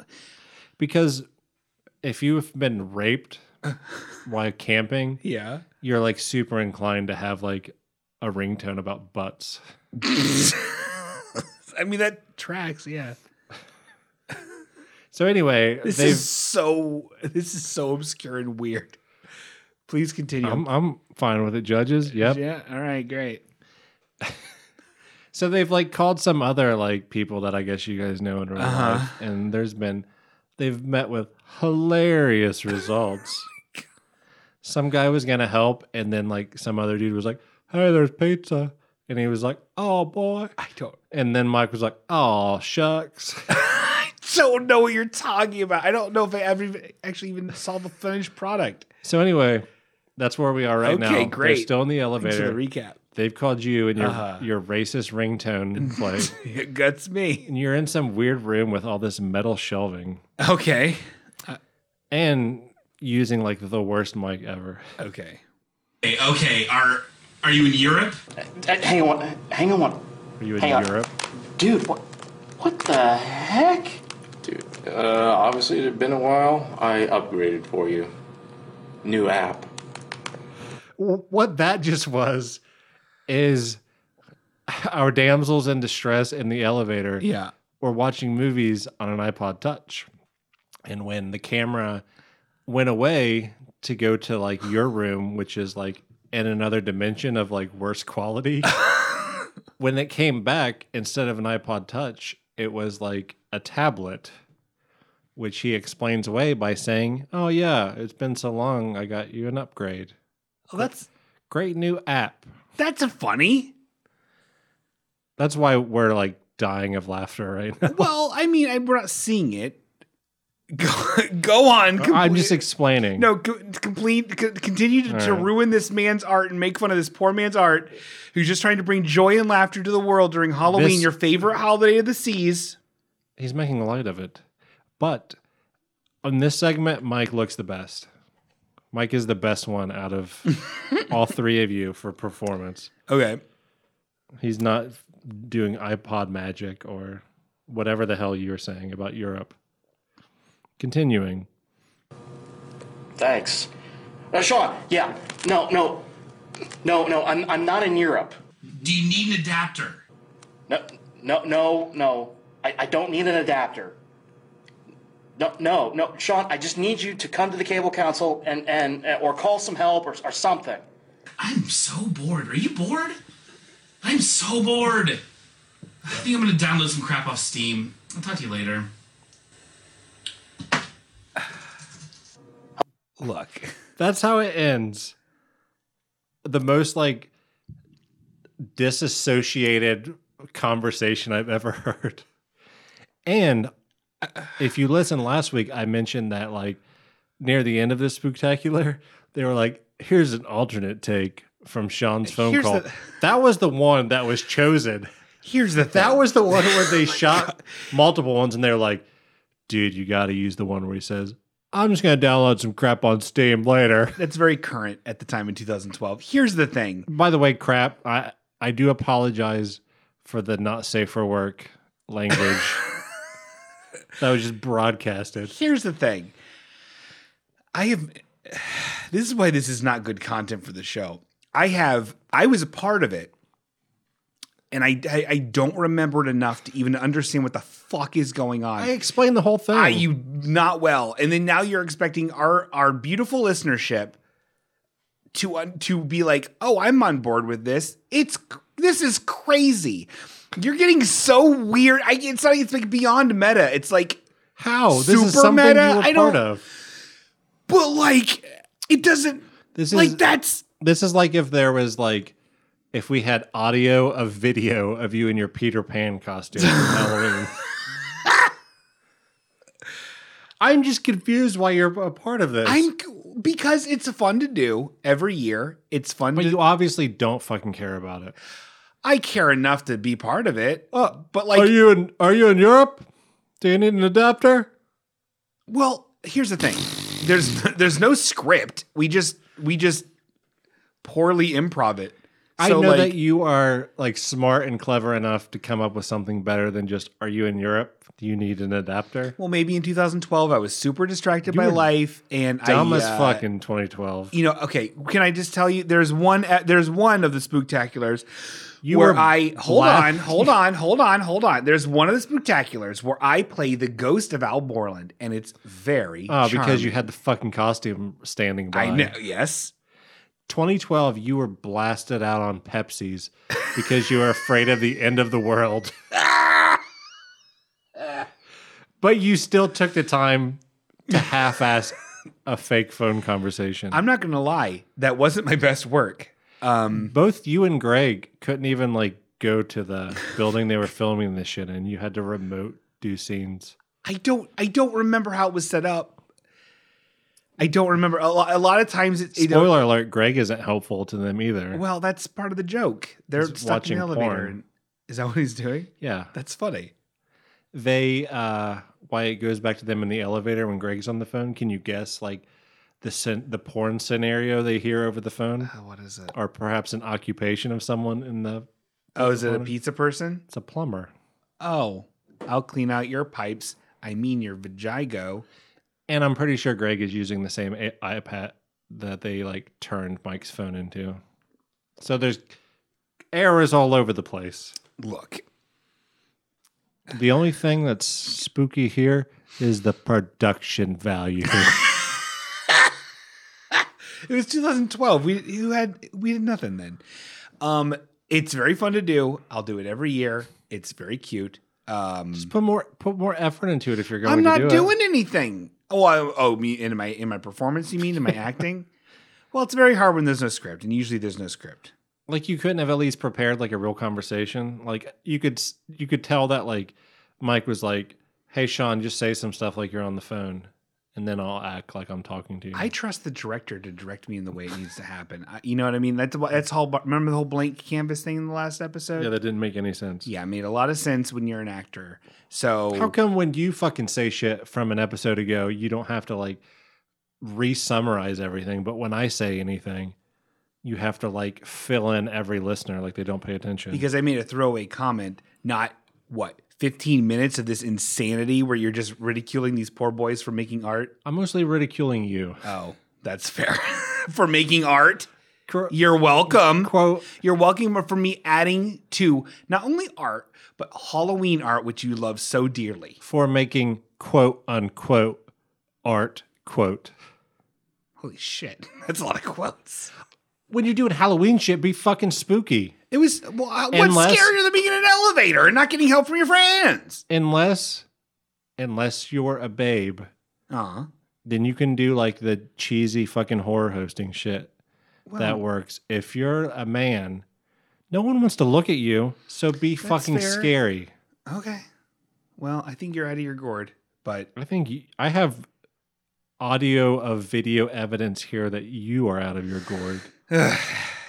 Because if you've been raped while camping, Yeah. you're like super inclined to have like a ringtone about butts. I mean that tracks. Yeah. So, anyway, This they've. is so. This is so obscure and weird. Please continue. I'm, I'm fine with it, judges. Yep. Yeah. All right. Great. So they've like called some other like people that I guess you guys know in real Uh-huh. life, and there's been they've met with hilarious results. some guy was gonna help, and then like some other dude was like, "Hey, there's pizza," and he was like, "Oh boy," I don't. and then Mike was like, "Oh shucks." I don't know what you're talking about. I don't know if I ever even- actually even saw the finished product. so anyway, that's where we are right now. Okay, They're great. still in the Thanks for the elevator. recap. they've called you and your Uh-huh. your racist ringtone play, That's me. and you're in some weird room with all this metal shelving. Okay. and using like the worst mic ever. Okay. Hey, okay, are are you in Europe? Hey, Uh, Hang on, hang on, one- Are you in Hang on. Europe? dude. What? What the heck? Dude, uh, obviously it had been a while. I upgraded for you. New app. What that just was is our damsels in distress in the elevator Yeah. were watching movies on an iPod Touch, and when the camera went away to go to like your room, which is like in another dimension of like worse quality. when it came back, instead of an iPod Touch, it was like a tablet, which he explains away by saying, Oh, yeah, it's been so long. I got you an upgrade. Well, that's Great new app. that's a funny. That's why we're like dying of laughter right now. Well, I mean, I, we're not seeing it. Uh, Go, go on. I'm complete- just explaining. no co- complete. co- Continue to, All to right. ruin this man's art and make fun of this poor man's art, who's just trying to bring joy and laughter to the world during Halloween, This- your favorite holiday of the seas. He's making light of it. But on this segment, Mike looks the best. Mike is the best one out of all three of you for performance. Okay. He's not doing iPod magic or whatever the hell you were saying about Europe. Continuing. Thanks. Uh, Sean, yeah. No, no. No, no, I'm, I'm not in Europe. Do you need an adapter? No, no, no, no. I, I don't need an adapter. No, no, no. Sean, I just need you to come to the cable council and, and uh, or call some help or, or something. I'm so bored. Are you bored? I'm so bored. I think I'm gonna download some crap off Steam. I'll talk to you later. Look. That's how it ends. The most like disassociated conversation I've ever heard. And uh, if you listen last week, I mentioned that like near the end of this spectacular, they were like, here's an alternate take from Sean's phone Here's call. the- That was the one that was chosen. Here's the thing. That was the one where Oh they shot multiple ones and they're like, dude, you got to use the one where he says, I'm just going to download some crap on Steam later. that's very current at the time in 2012. Here's the thing. By the way, crap, I I do apologize for the not safe for work language that was just broadcasted. Here's the thing. I have this is why this is not good content for the show. I have I was a part of it. And I, I, I don't remember it enough to even understand what the fuck is going on. I explained the whole thing. Ah, you not well. And then now you're expecting our our beautiful listenership to un- to be like, "Oh, I'm on board with this. It's c- this is crazy." You're getting so weird. I, it's not. It's like beyond meta. It's like, How? This Super is something meta? you were I part don't- of. but like, it doesn't. This is like that's this is like if there was like if we had audio of video of you in your Peter Pan costume for Halloween. I'm just confused why you're a part of this. I'm because it's fun to do every year. It's fun but to you obviously don't fucking care about it. I care enough to be part of it. but like are you in are you in Europe? Do you need an adapter? well, here's the thing. There's there's no script. We just we just poorly improv it. I So, know like, that you are like smart and clever enough to come up with something better than just are you in Europe? Do you need an adapter? well, maybe in 2012 I was super distracted by were life and Dumb I, as uh, fuck in 2012. You know, okay. Can I just tell you? There's one. uh, There's one of the spooktaculars You where were I hold laugh- on, hold on, hold on, hold on. There's one of the spectaculars where I play the ghost of Al Borland, and it's very Oh, because you charming. had the fucking costume standing by. I know. Yes, 2012, you were blasted out on Pepsi's because you were afraid of the end of the world. but you still took the time to half-ass a fake phone conversation. I'm not gonna lie. That wasn't my best work. Um, Both you and Greg couldn't even like go to the building they were filming this shit in. You had to remote do scenes. I don't. I don't remember how it was set up. I don't remember. A, lot. a lot of times, it, it- Spoiler alert: Greg isn't helpful to them either. Well, that's part of the joke. They're He's stuck in watching the elevator. porn. and- Is that what he's doing? yeah, That's funny. they uh why it goes back to them in the elevator when Greg's on the phone. Can you guess like the scen- the porn scenario they hear over the phone, Oh, what is it? or perhaps an occupation of someone in the? Oh, is it a Corner. pizza person? It's a plumber, Oh, I'll clean out your pipes. I mean your vagigo. and I'm pretty sure Greg is using the same a- iPad that they like turned Mike's phone into. So there's errors all over the place. Look, The only thing that's spooky here is the production value. it was 2012. We you had we did nothing then. Um, it's very fun to do. I'll do it every year. It's very cute. Um, Just put more put more effort into it if you're going. I'm to not do it. doing anything. Oh, I, oh, me in my in my performance. You mean in my acting? Well, it's very hard when there's no script, and usually there's no script. like you couldn't have at least prepared like a real conversation like you could s- you could tell that like mike was like hey sean just say some stuff like you're on the phone and then i'll act like i'm talking to you I trust the director to direct me in the way it needs to happen. I, you know what I mean? That's why- that's all. Remember the whole blank canvas thing in the last episode? yeah that didn't make any sense Yeah, it made a lot of sense when you're an actor. So how come when you fucking say shit from an episode ago you don't have to like re-summarize everything but when i say anything you have to like fill in every listener like they don't pay attention because I made a throwaway comment, not what 15 minutes of this insanity where you're just ridiculing these poor boys for making art. i'm mostly ridiculing you Oh, that's fair. for making art, Cor- you're welcome. quote You're welcome for me adding to not only art but Halloween art, which you love so dearly. for making quote unquote art quote. Holy shit, that's a lot of quotes. When you're doing Halloween shit, be fucking spooky. It was well, uh, what's Unless- scarier than being in an elevator and not getting help from your friends? Unless unless you're a babe, Uh then you can do like the cheesy fucking horror hosting shit that works. If you're a man, no one wants to look at you, so be fucking fair. scary. Okay. Well, I think you're out of your gourd, but I think y- I have audio of video evidence here that you are out of your gourd.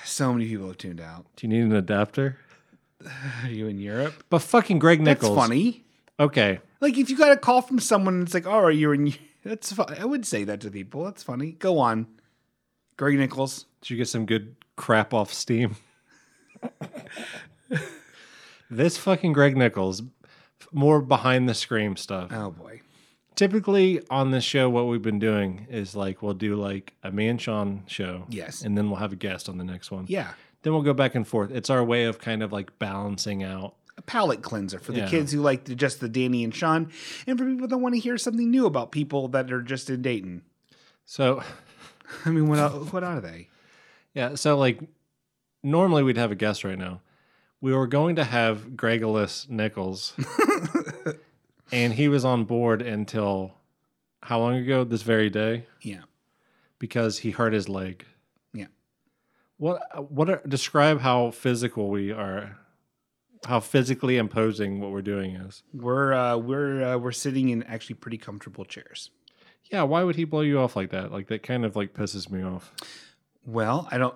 so many people have tuned out. Do you need an adapter? Are you in Europe? But fucking Greg Nichols. That's funny. Okay. Like if you got a call from someone and it's like, "Oh, are you in?" Eu-" That's fun. I would say that to people. That's funny. Go on, Greg Nichols. Did you get some good crap off Steam? This fucking Greg Nichols, f- more behind the screen stuff. Oh boy. Typically on this show, what we've been doing is like we'll do like a me and Sean show. Yes. And then we'll have a guest on the next one. Yeah. Then we'll go back and forth. It's our way of kind of like balancing out. A palate cleanser for the Yeah. kids who like the, just the Danny and Sean, and for people that want to hear something new about people that are just in Dayton. So I mean, what el- what are they? Yeah, so like normally we'd have a guest right now. We were going to have Gregolas Nichols, and he was on board until how long ago? This very day, Yeah. because he hurt his leg. Yeah. What? What? Are, describe how physical we are, how physically imposing what we're doing is. We're uh, we're uh, we're sitting in actually pretty comfortable chairs. Yeah. Why would he blow you off like that? Like that kind of like pisses me off. Well, I don't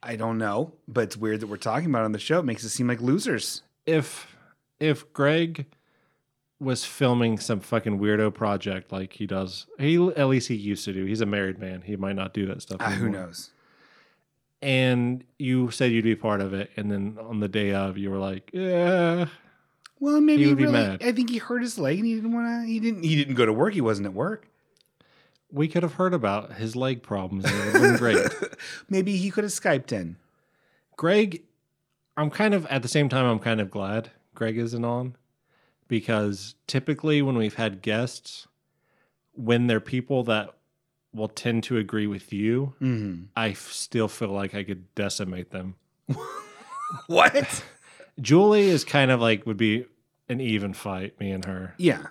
I don't know, but it's weird that we're talking about it on the show. It makes us seem like losers. if if Greg was filming some fucking weirdo project like he does, he at least he used to do. He's a married man. He might not do that stuff. Uh, who anymore. knows? And you said you'd be part of it, and then on the day of, you were like, "Yeah, Well, maybe He he would be really, mad. I think he hurt his leg and he didn't want to. He didn't. He didn't go to work. He wasn't at work. we could have heard about his leg problems. And it would have been great." Maybe he could have skyped in. Greg, I'm kind of at the same time, I'm kind of glad Greg isn't on because typically when we've had guests, when they're people that will tend to agree with you, Mhm. I f- still feel like I could decimate them. What? Julie is kind of like would be an even fight, me and her, yeah,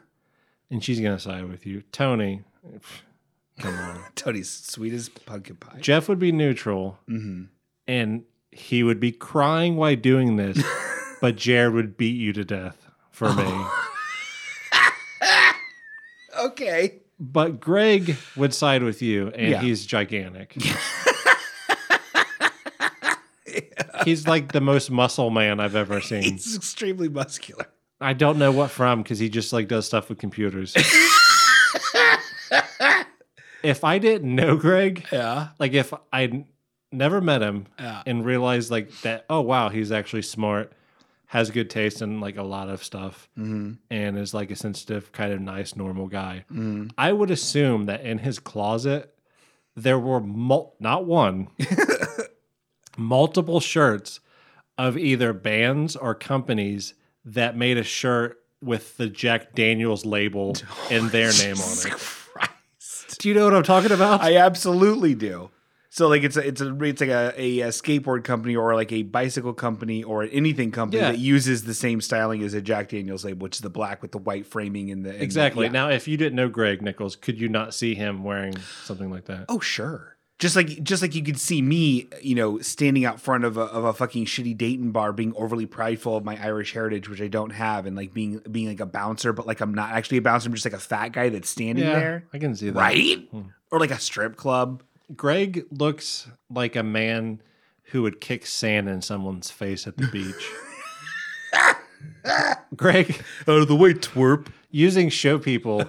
and she's gonna side with you. Tony, pff, come on. Tony's sweet as pumpkin pie. Jeff would be neutral, hmm and he would be crying while doing this, but Jared would beat you to death for me. Oh. Okay. But Greg would side with you, and Yeah. he's gigantic. He's like the most muscle man I've ever seen. He's extremely muscular. I don't know what from because he just like does stuff with computers. if I didn't know Greg, Yeah. like if I n- never met him Yeah. and realized like that, oh wow, he's actually smart, has good taste in like a lot of stuff, hmm and is like a sensitive, kind of nice, normal guy. hmm I would assume that in his closet there were mul- not one, multiple shirts of either bands or companies that made a shirt with the Jack Daniels label and their name on it. Christ. Do you know what I'm talking about? I absolutely do. So like it's a, it's a it's like a, a, uh, skateboard company or like a bicycle company or anything company Yeah. that uses the same styling as a Jack Daniels label, which is the black with the white framing and the and the- exactly. yeah. Now, if you didn't know Greg Nichols, could you not see him wearing something like that? Oh sure. Just like just like you could see me, you know, standing out front of a, of a fucking shitty Dayton bar, being overly prideful of my Irish heritage, which I don't have, and like being being like a bouncer, but like I'm not actually a bouncer. I'm just like a fat guy that's standing there, I can see that. right? Hmm. Or like a strip club. Greg looks like a man who would kick sand in someone's face at the beach. Greg, Out of the way, twerp. using show people,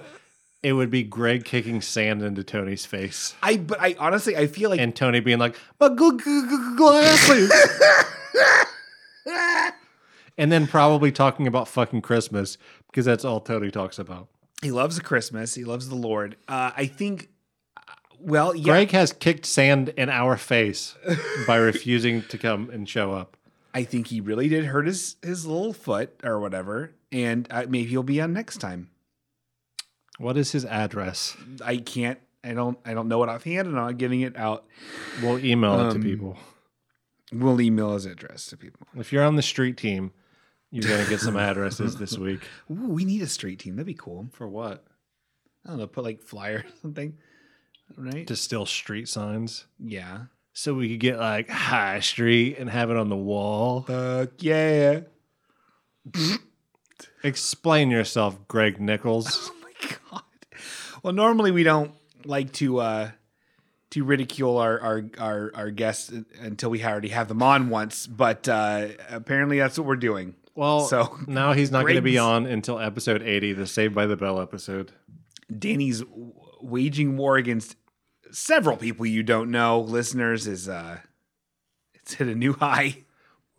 it would be Greg kicking sand into Tony's face I but I honestly I feel like and Tony being like, "But go, go, go, glasses." And then probably talking about fucking Christmas because that's all Tony talks about. he loves Christmas. He loves the Lord. Uh, I think. uh, Well, yeah, Greg has kicked sand in our face by refusing to come and show up. I think he really did hurt his his little foot or whatever, and uh, maybe he'll be on next time. What is his address? I can't. I don't. I don't know what offhand, and I'm not getting it out. We'll email it to Um, people. We'll email his address to people. If you're on the street team, you're gonna get some addresses this week. Ooh, we need a street team. That'd be cool. For what? I don't know. Put like flyer or something, right? To steal street signs. yeah. So we could get like High Street and have it on the wall. Fuck yeah. Explain yourself, Greg Nichols. Oh my god. Well, normally we don't like to uh to ridicule our our our, our guests until we already have them on once, but uh apparently that's what we're doing. Well, So, now he's not going to be Greg's- on until episode 80, the Saved by the Bell episode. Danny's w- waging war against several people you don't know, listeners is uh it's hit a new high.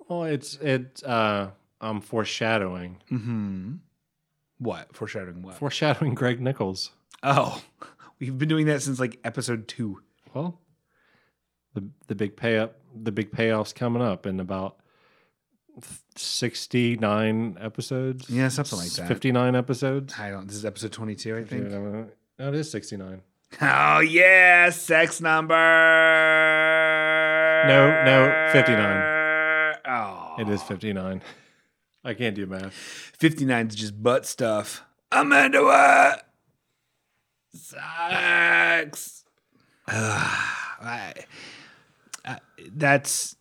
Well, it's it. Uh, I'm foreshadowing. Mm-hmm. What? Foreshadowing what? Foreshadowing Greg Nichols. oh, we've been doing that since like episode two. Well, the the big pay up, the big payoff's coming up in about sixty nine episodes. Yeah, something like that. Fifty nine episodes. I don't. This is episode twenty-two, I think. No, it is sixty nine. Oh yeah, sex number. No, no, 59. Oh, It is fifty nine. I can't do math. 59 is just butt stuff. Amanda, what? Sex. Ugh, I, I- that's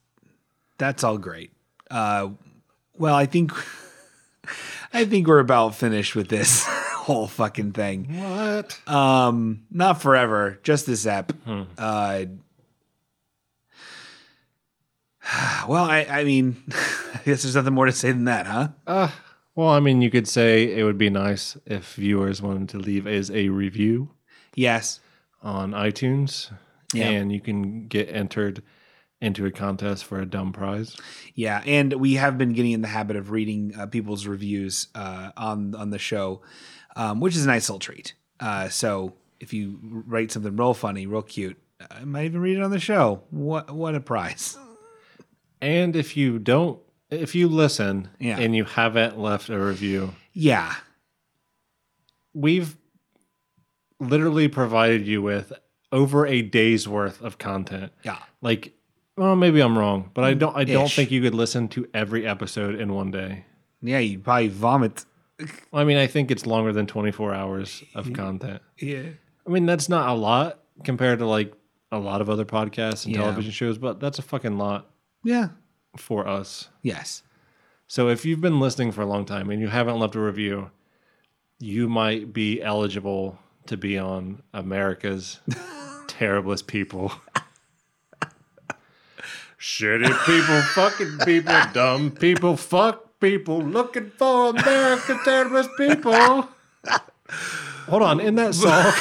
that's all great. Uh, well, I think I think we're about finished with this whole fucking thing. What? Um, not forever, just this app. Uh, well, I, I mean, I guess there's nothing more to say than that, huh? Uh, well, I mean, you could say it would be nice if viewers wanted to leave as a review Yes. on iTunes, Yeah. and you can get entered into a contest for a dumb prize. Yeah, and we have been getting in the habit of reading uh, people's reviews uh, on on the show, um, which is a nice little treat. Uh, so if you write something real funny, real cute, I might even read it on the show. What what a prize! And if you don't, if you listen Yeah. and you haven't left a review, Yeah, we've literally provided you with over a day's worth of content. yeah, Like, well, maybe I'm wrong, but I don't. I don't Ish. think you could listen to every episode in one day. yeah. You probably vomit. I mean, I think it's longer than 24 hours of content. Yeah, I mean, that's not a lot compared to like a lot of other podcasts and Yeah. television shows, but that's a fucking lot yeah, for us. yes, So if you've been listening for a long time and you haven't left a review, you might be eligible to be on America's terriblest people. Shitty people, fucking people, dumb people, fuck people, looking for America's terriblest people. Hold on, in that song,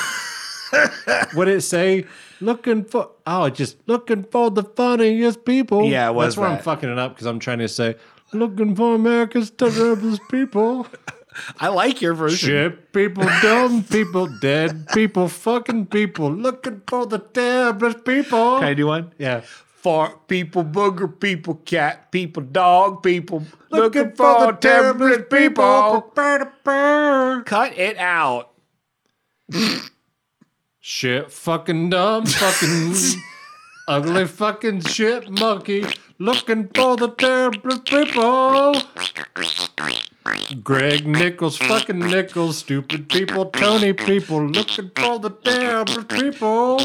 would it say looking for? Oh, just looking for the funniest people. Yeah, it was that's where I'm that. fucking it up because I'm trying to say looking for America's terriblest people. I like your version. Shit people, dumb people, dead people, fucking people, looking for the terriblest people. Can I do one? yeah. Fart people, booger people, cat people, dog people, Looking for the terriblest people. Prepare to burn. Cut it out. Shit, fucking dumb, fucking ugly, fucking shit monkey, looking for the terriblest people. Greg Nichols, fucking Nichols, stupid people, Tony people, looking for the terriblest people.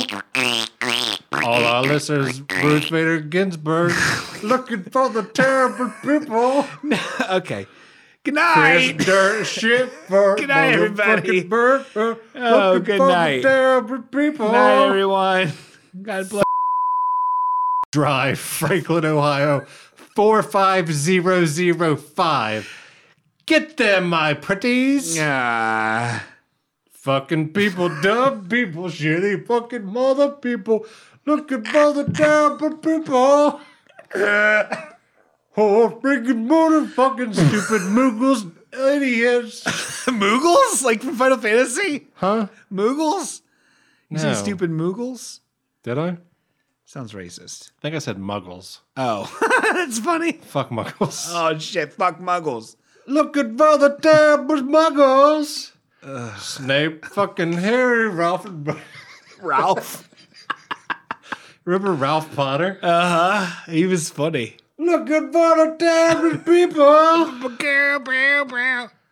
All our listeners, Bruce Bader Ginsburg, looking for the terriblest people. Okay. Good Chris night. Dirt, shit, for Good night, everybody. motherfucking Bert, uh, Oh, looking good for the night. terriblest people. Good night, everyone. God bless. Drive, Franklin, Ohio, 45005. Get them, my pretties. Yeah. Fucking people, dumb people, shitty fucking mother people, looking for the terrible people. oh, freaking motherfucking stupid moogles, idiots. Moogles? Like from Final Fantasy? Huh? Moogles? You say No. stupid Moogles? Did I? I Sounds racist. think I said muggles. Oh, that's funny. Fuck muggles. Oh, shit. Fuck Muggles. Looking for the terrible muggles. Snape, fucking Harry, Ralph, and Ralph. remember Ralph Potter? uh huh. He was funny. Looking for the terrible people.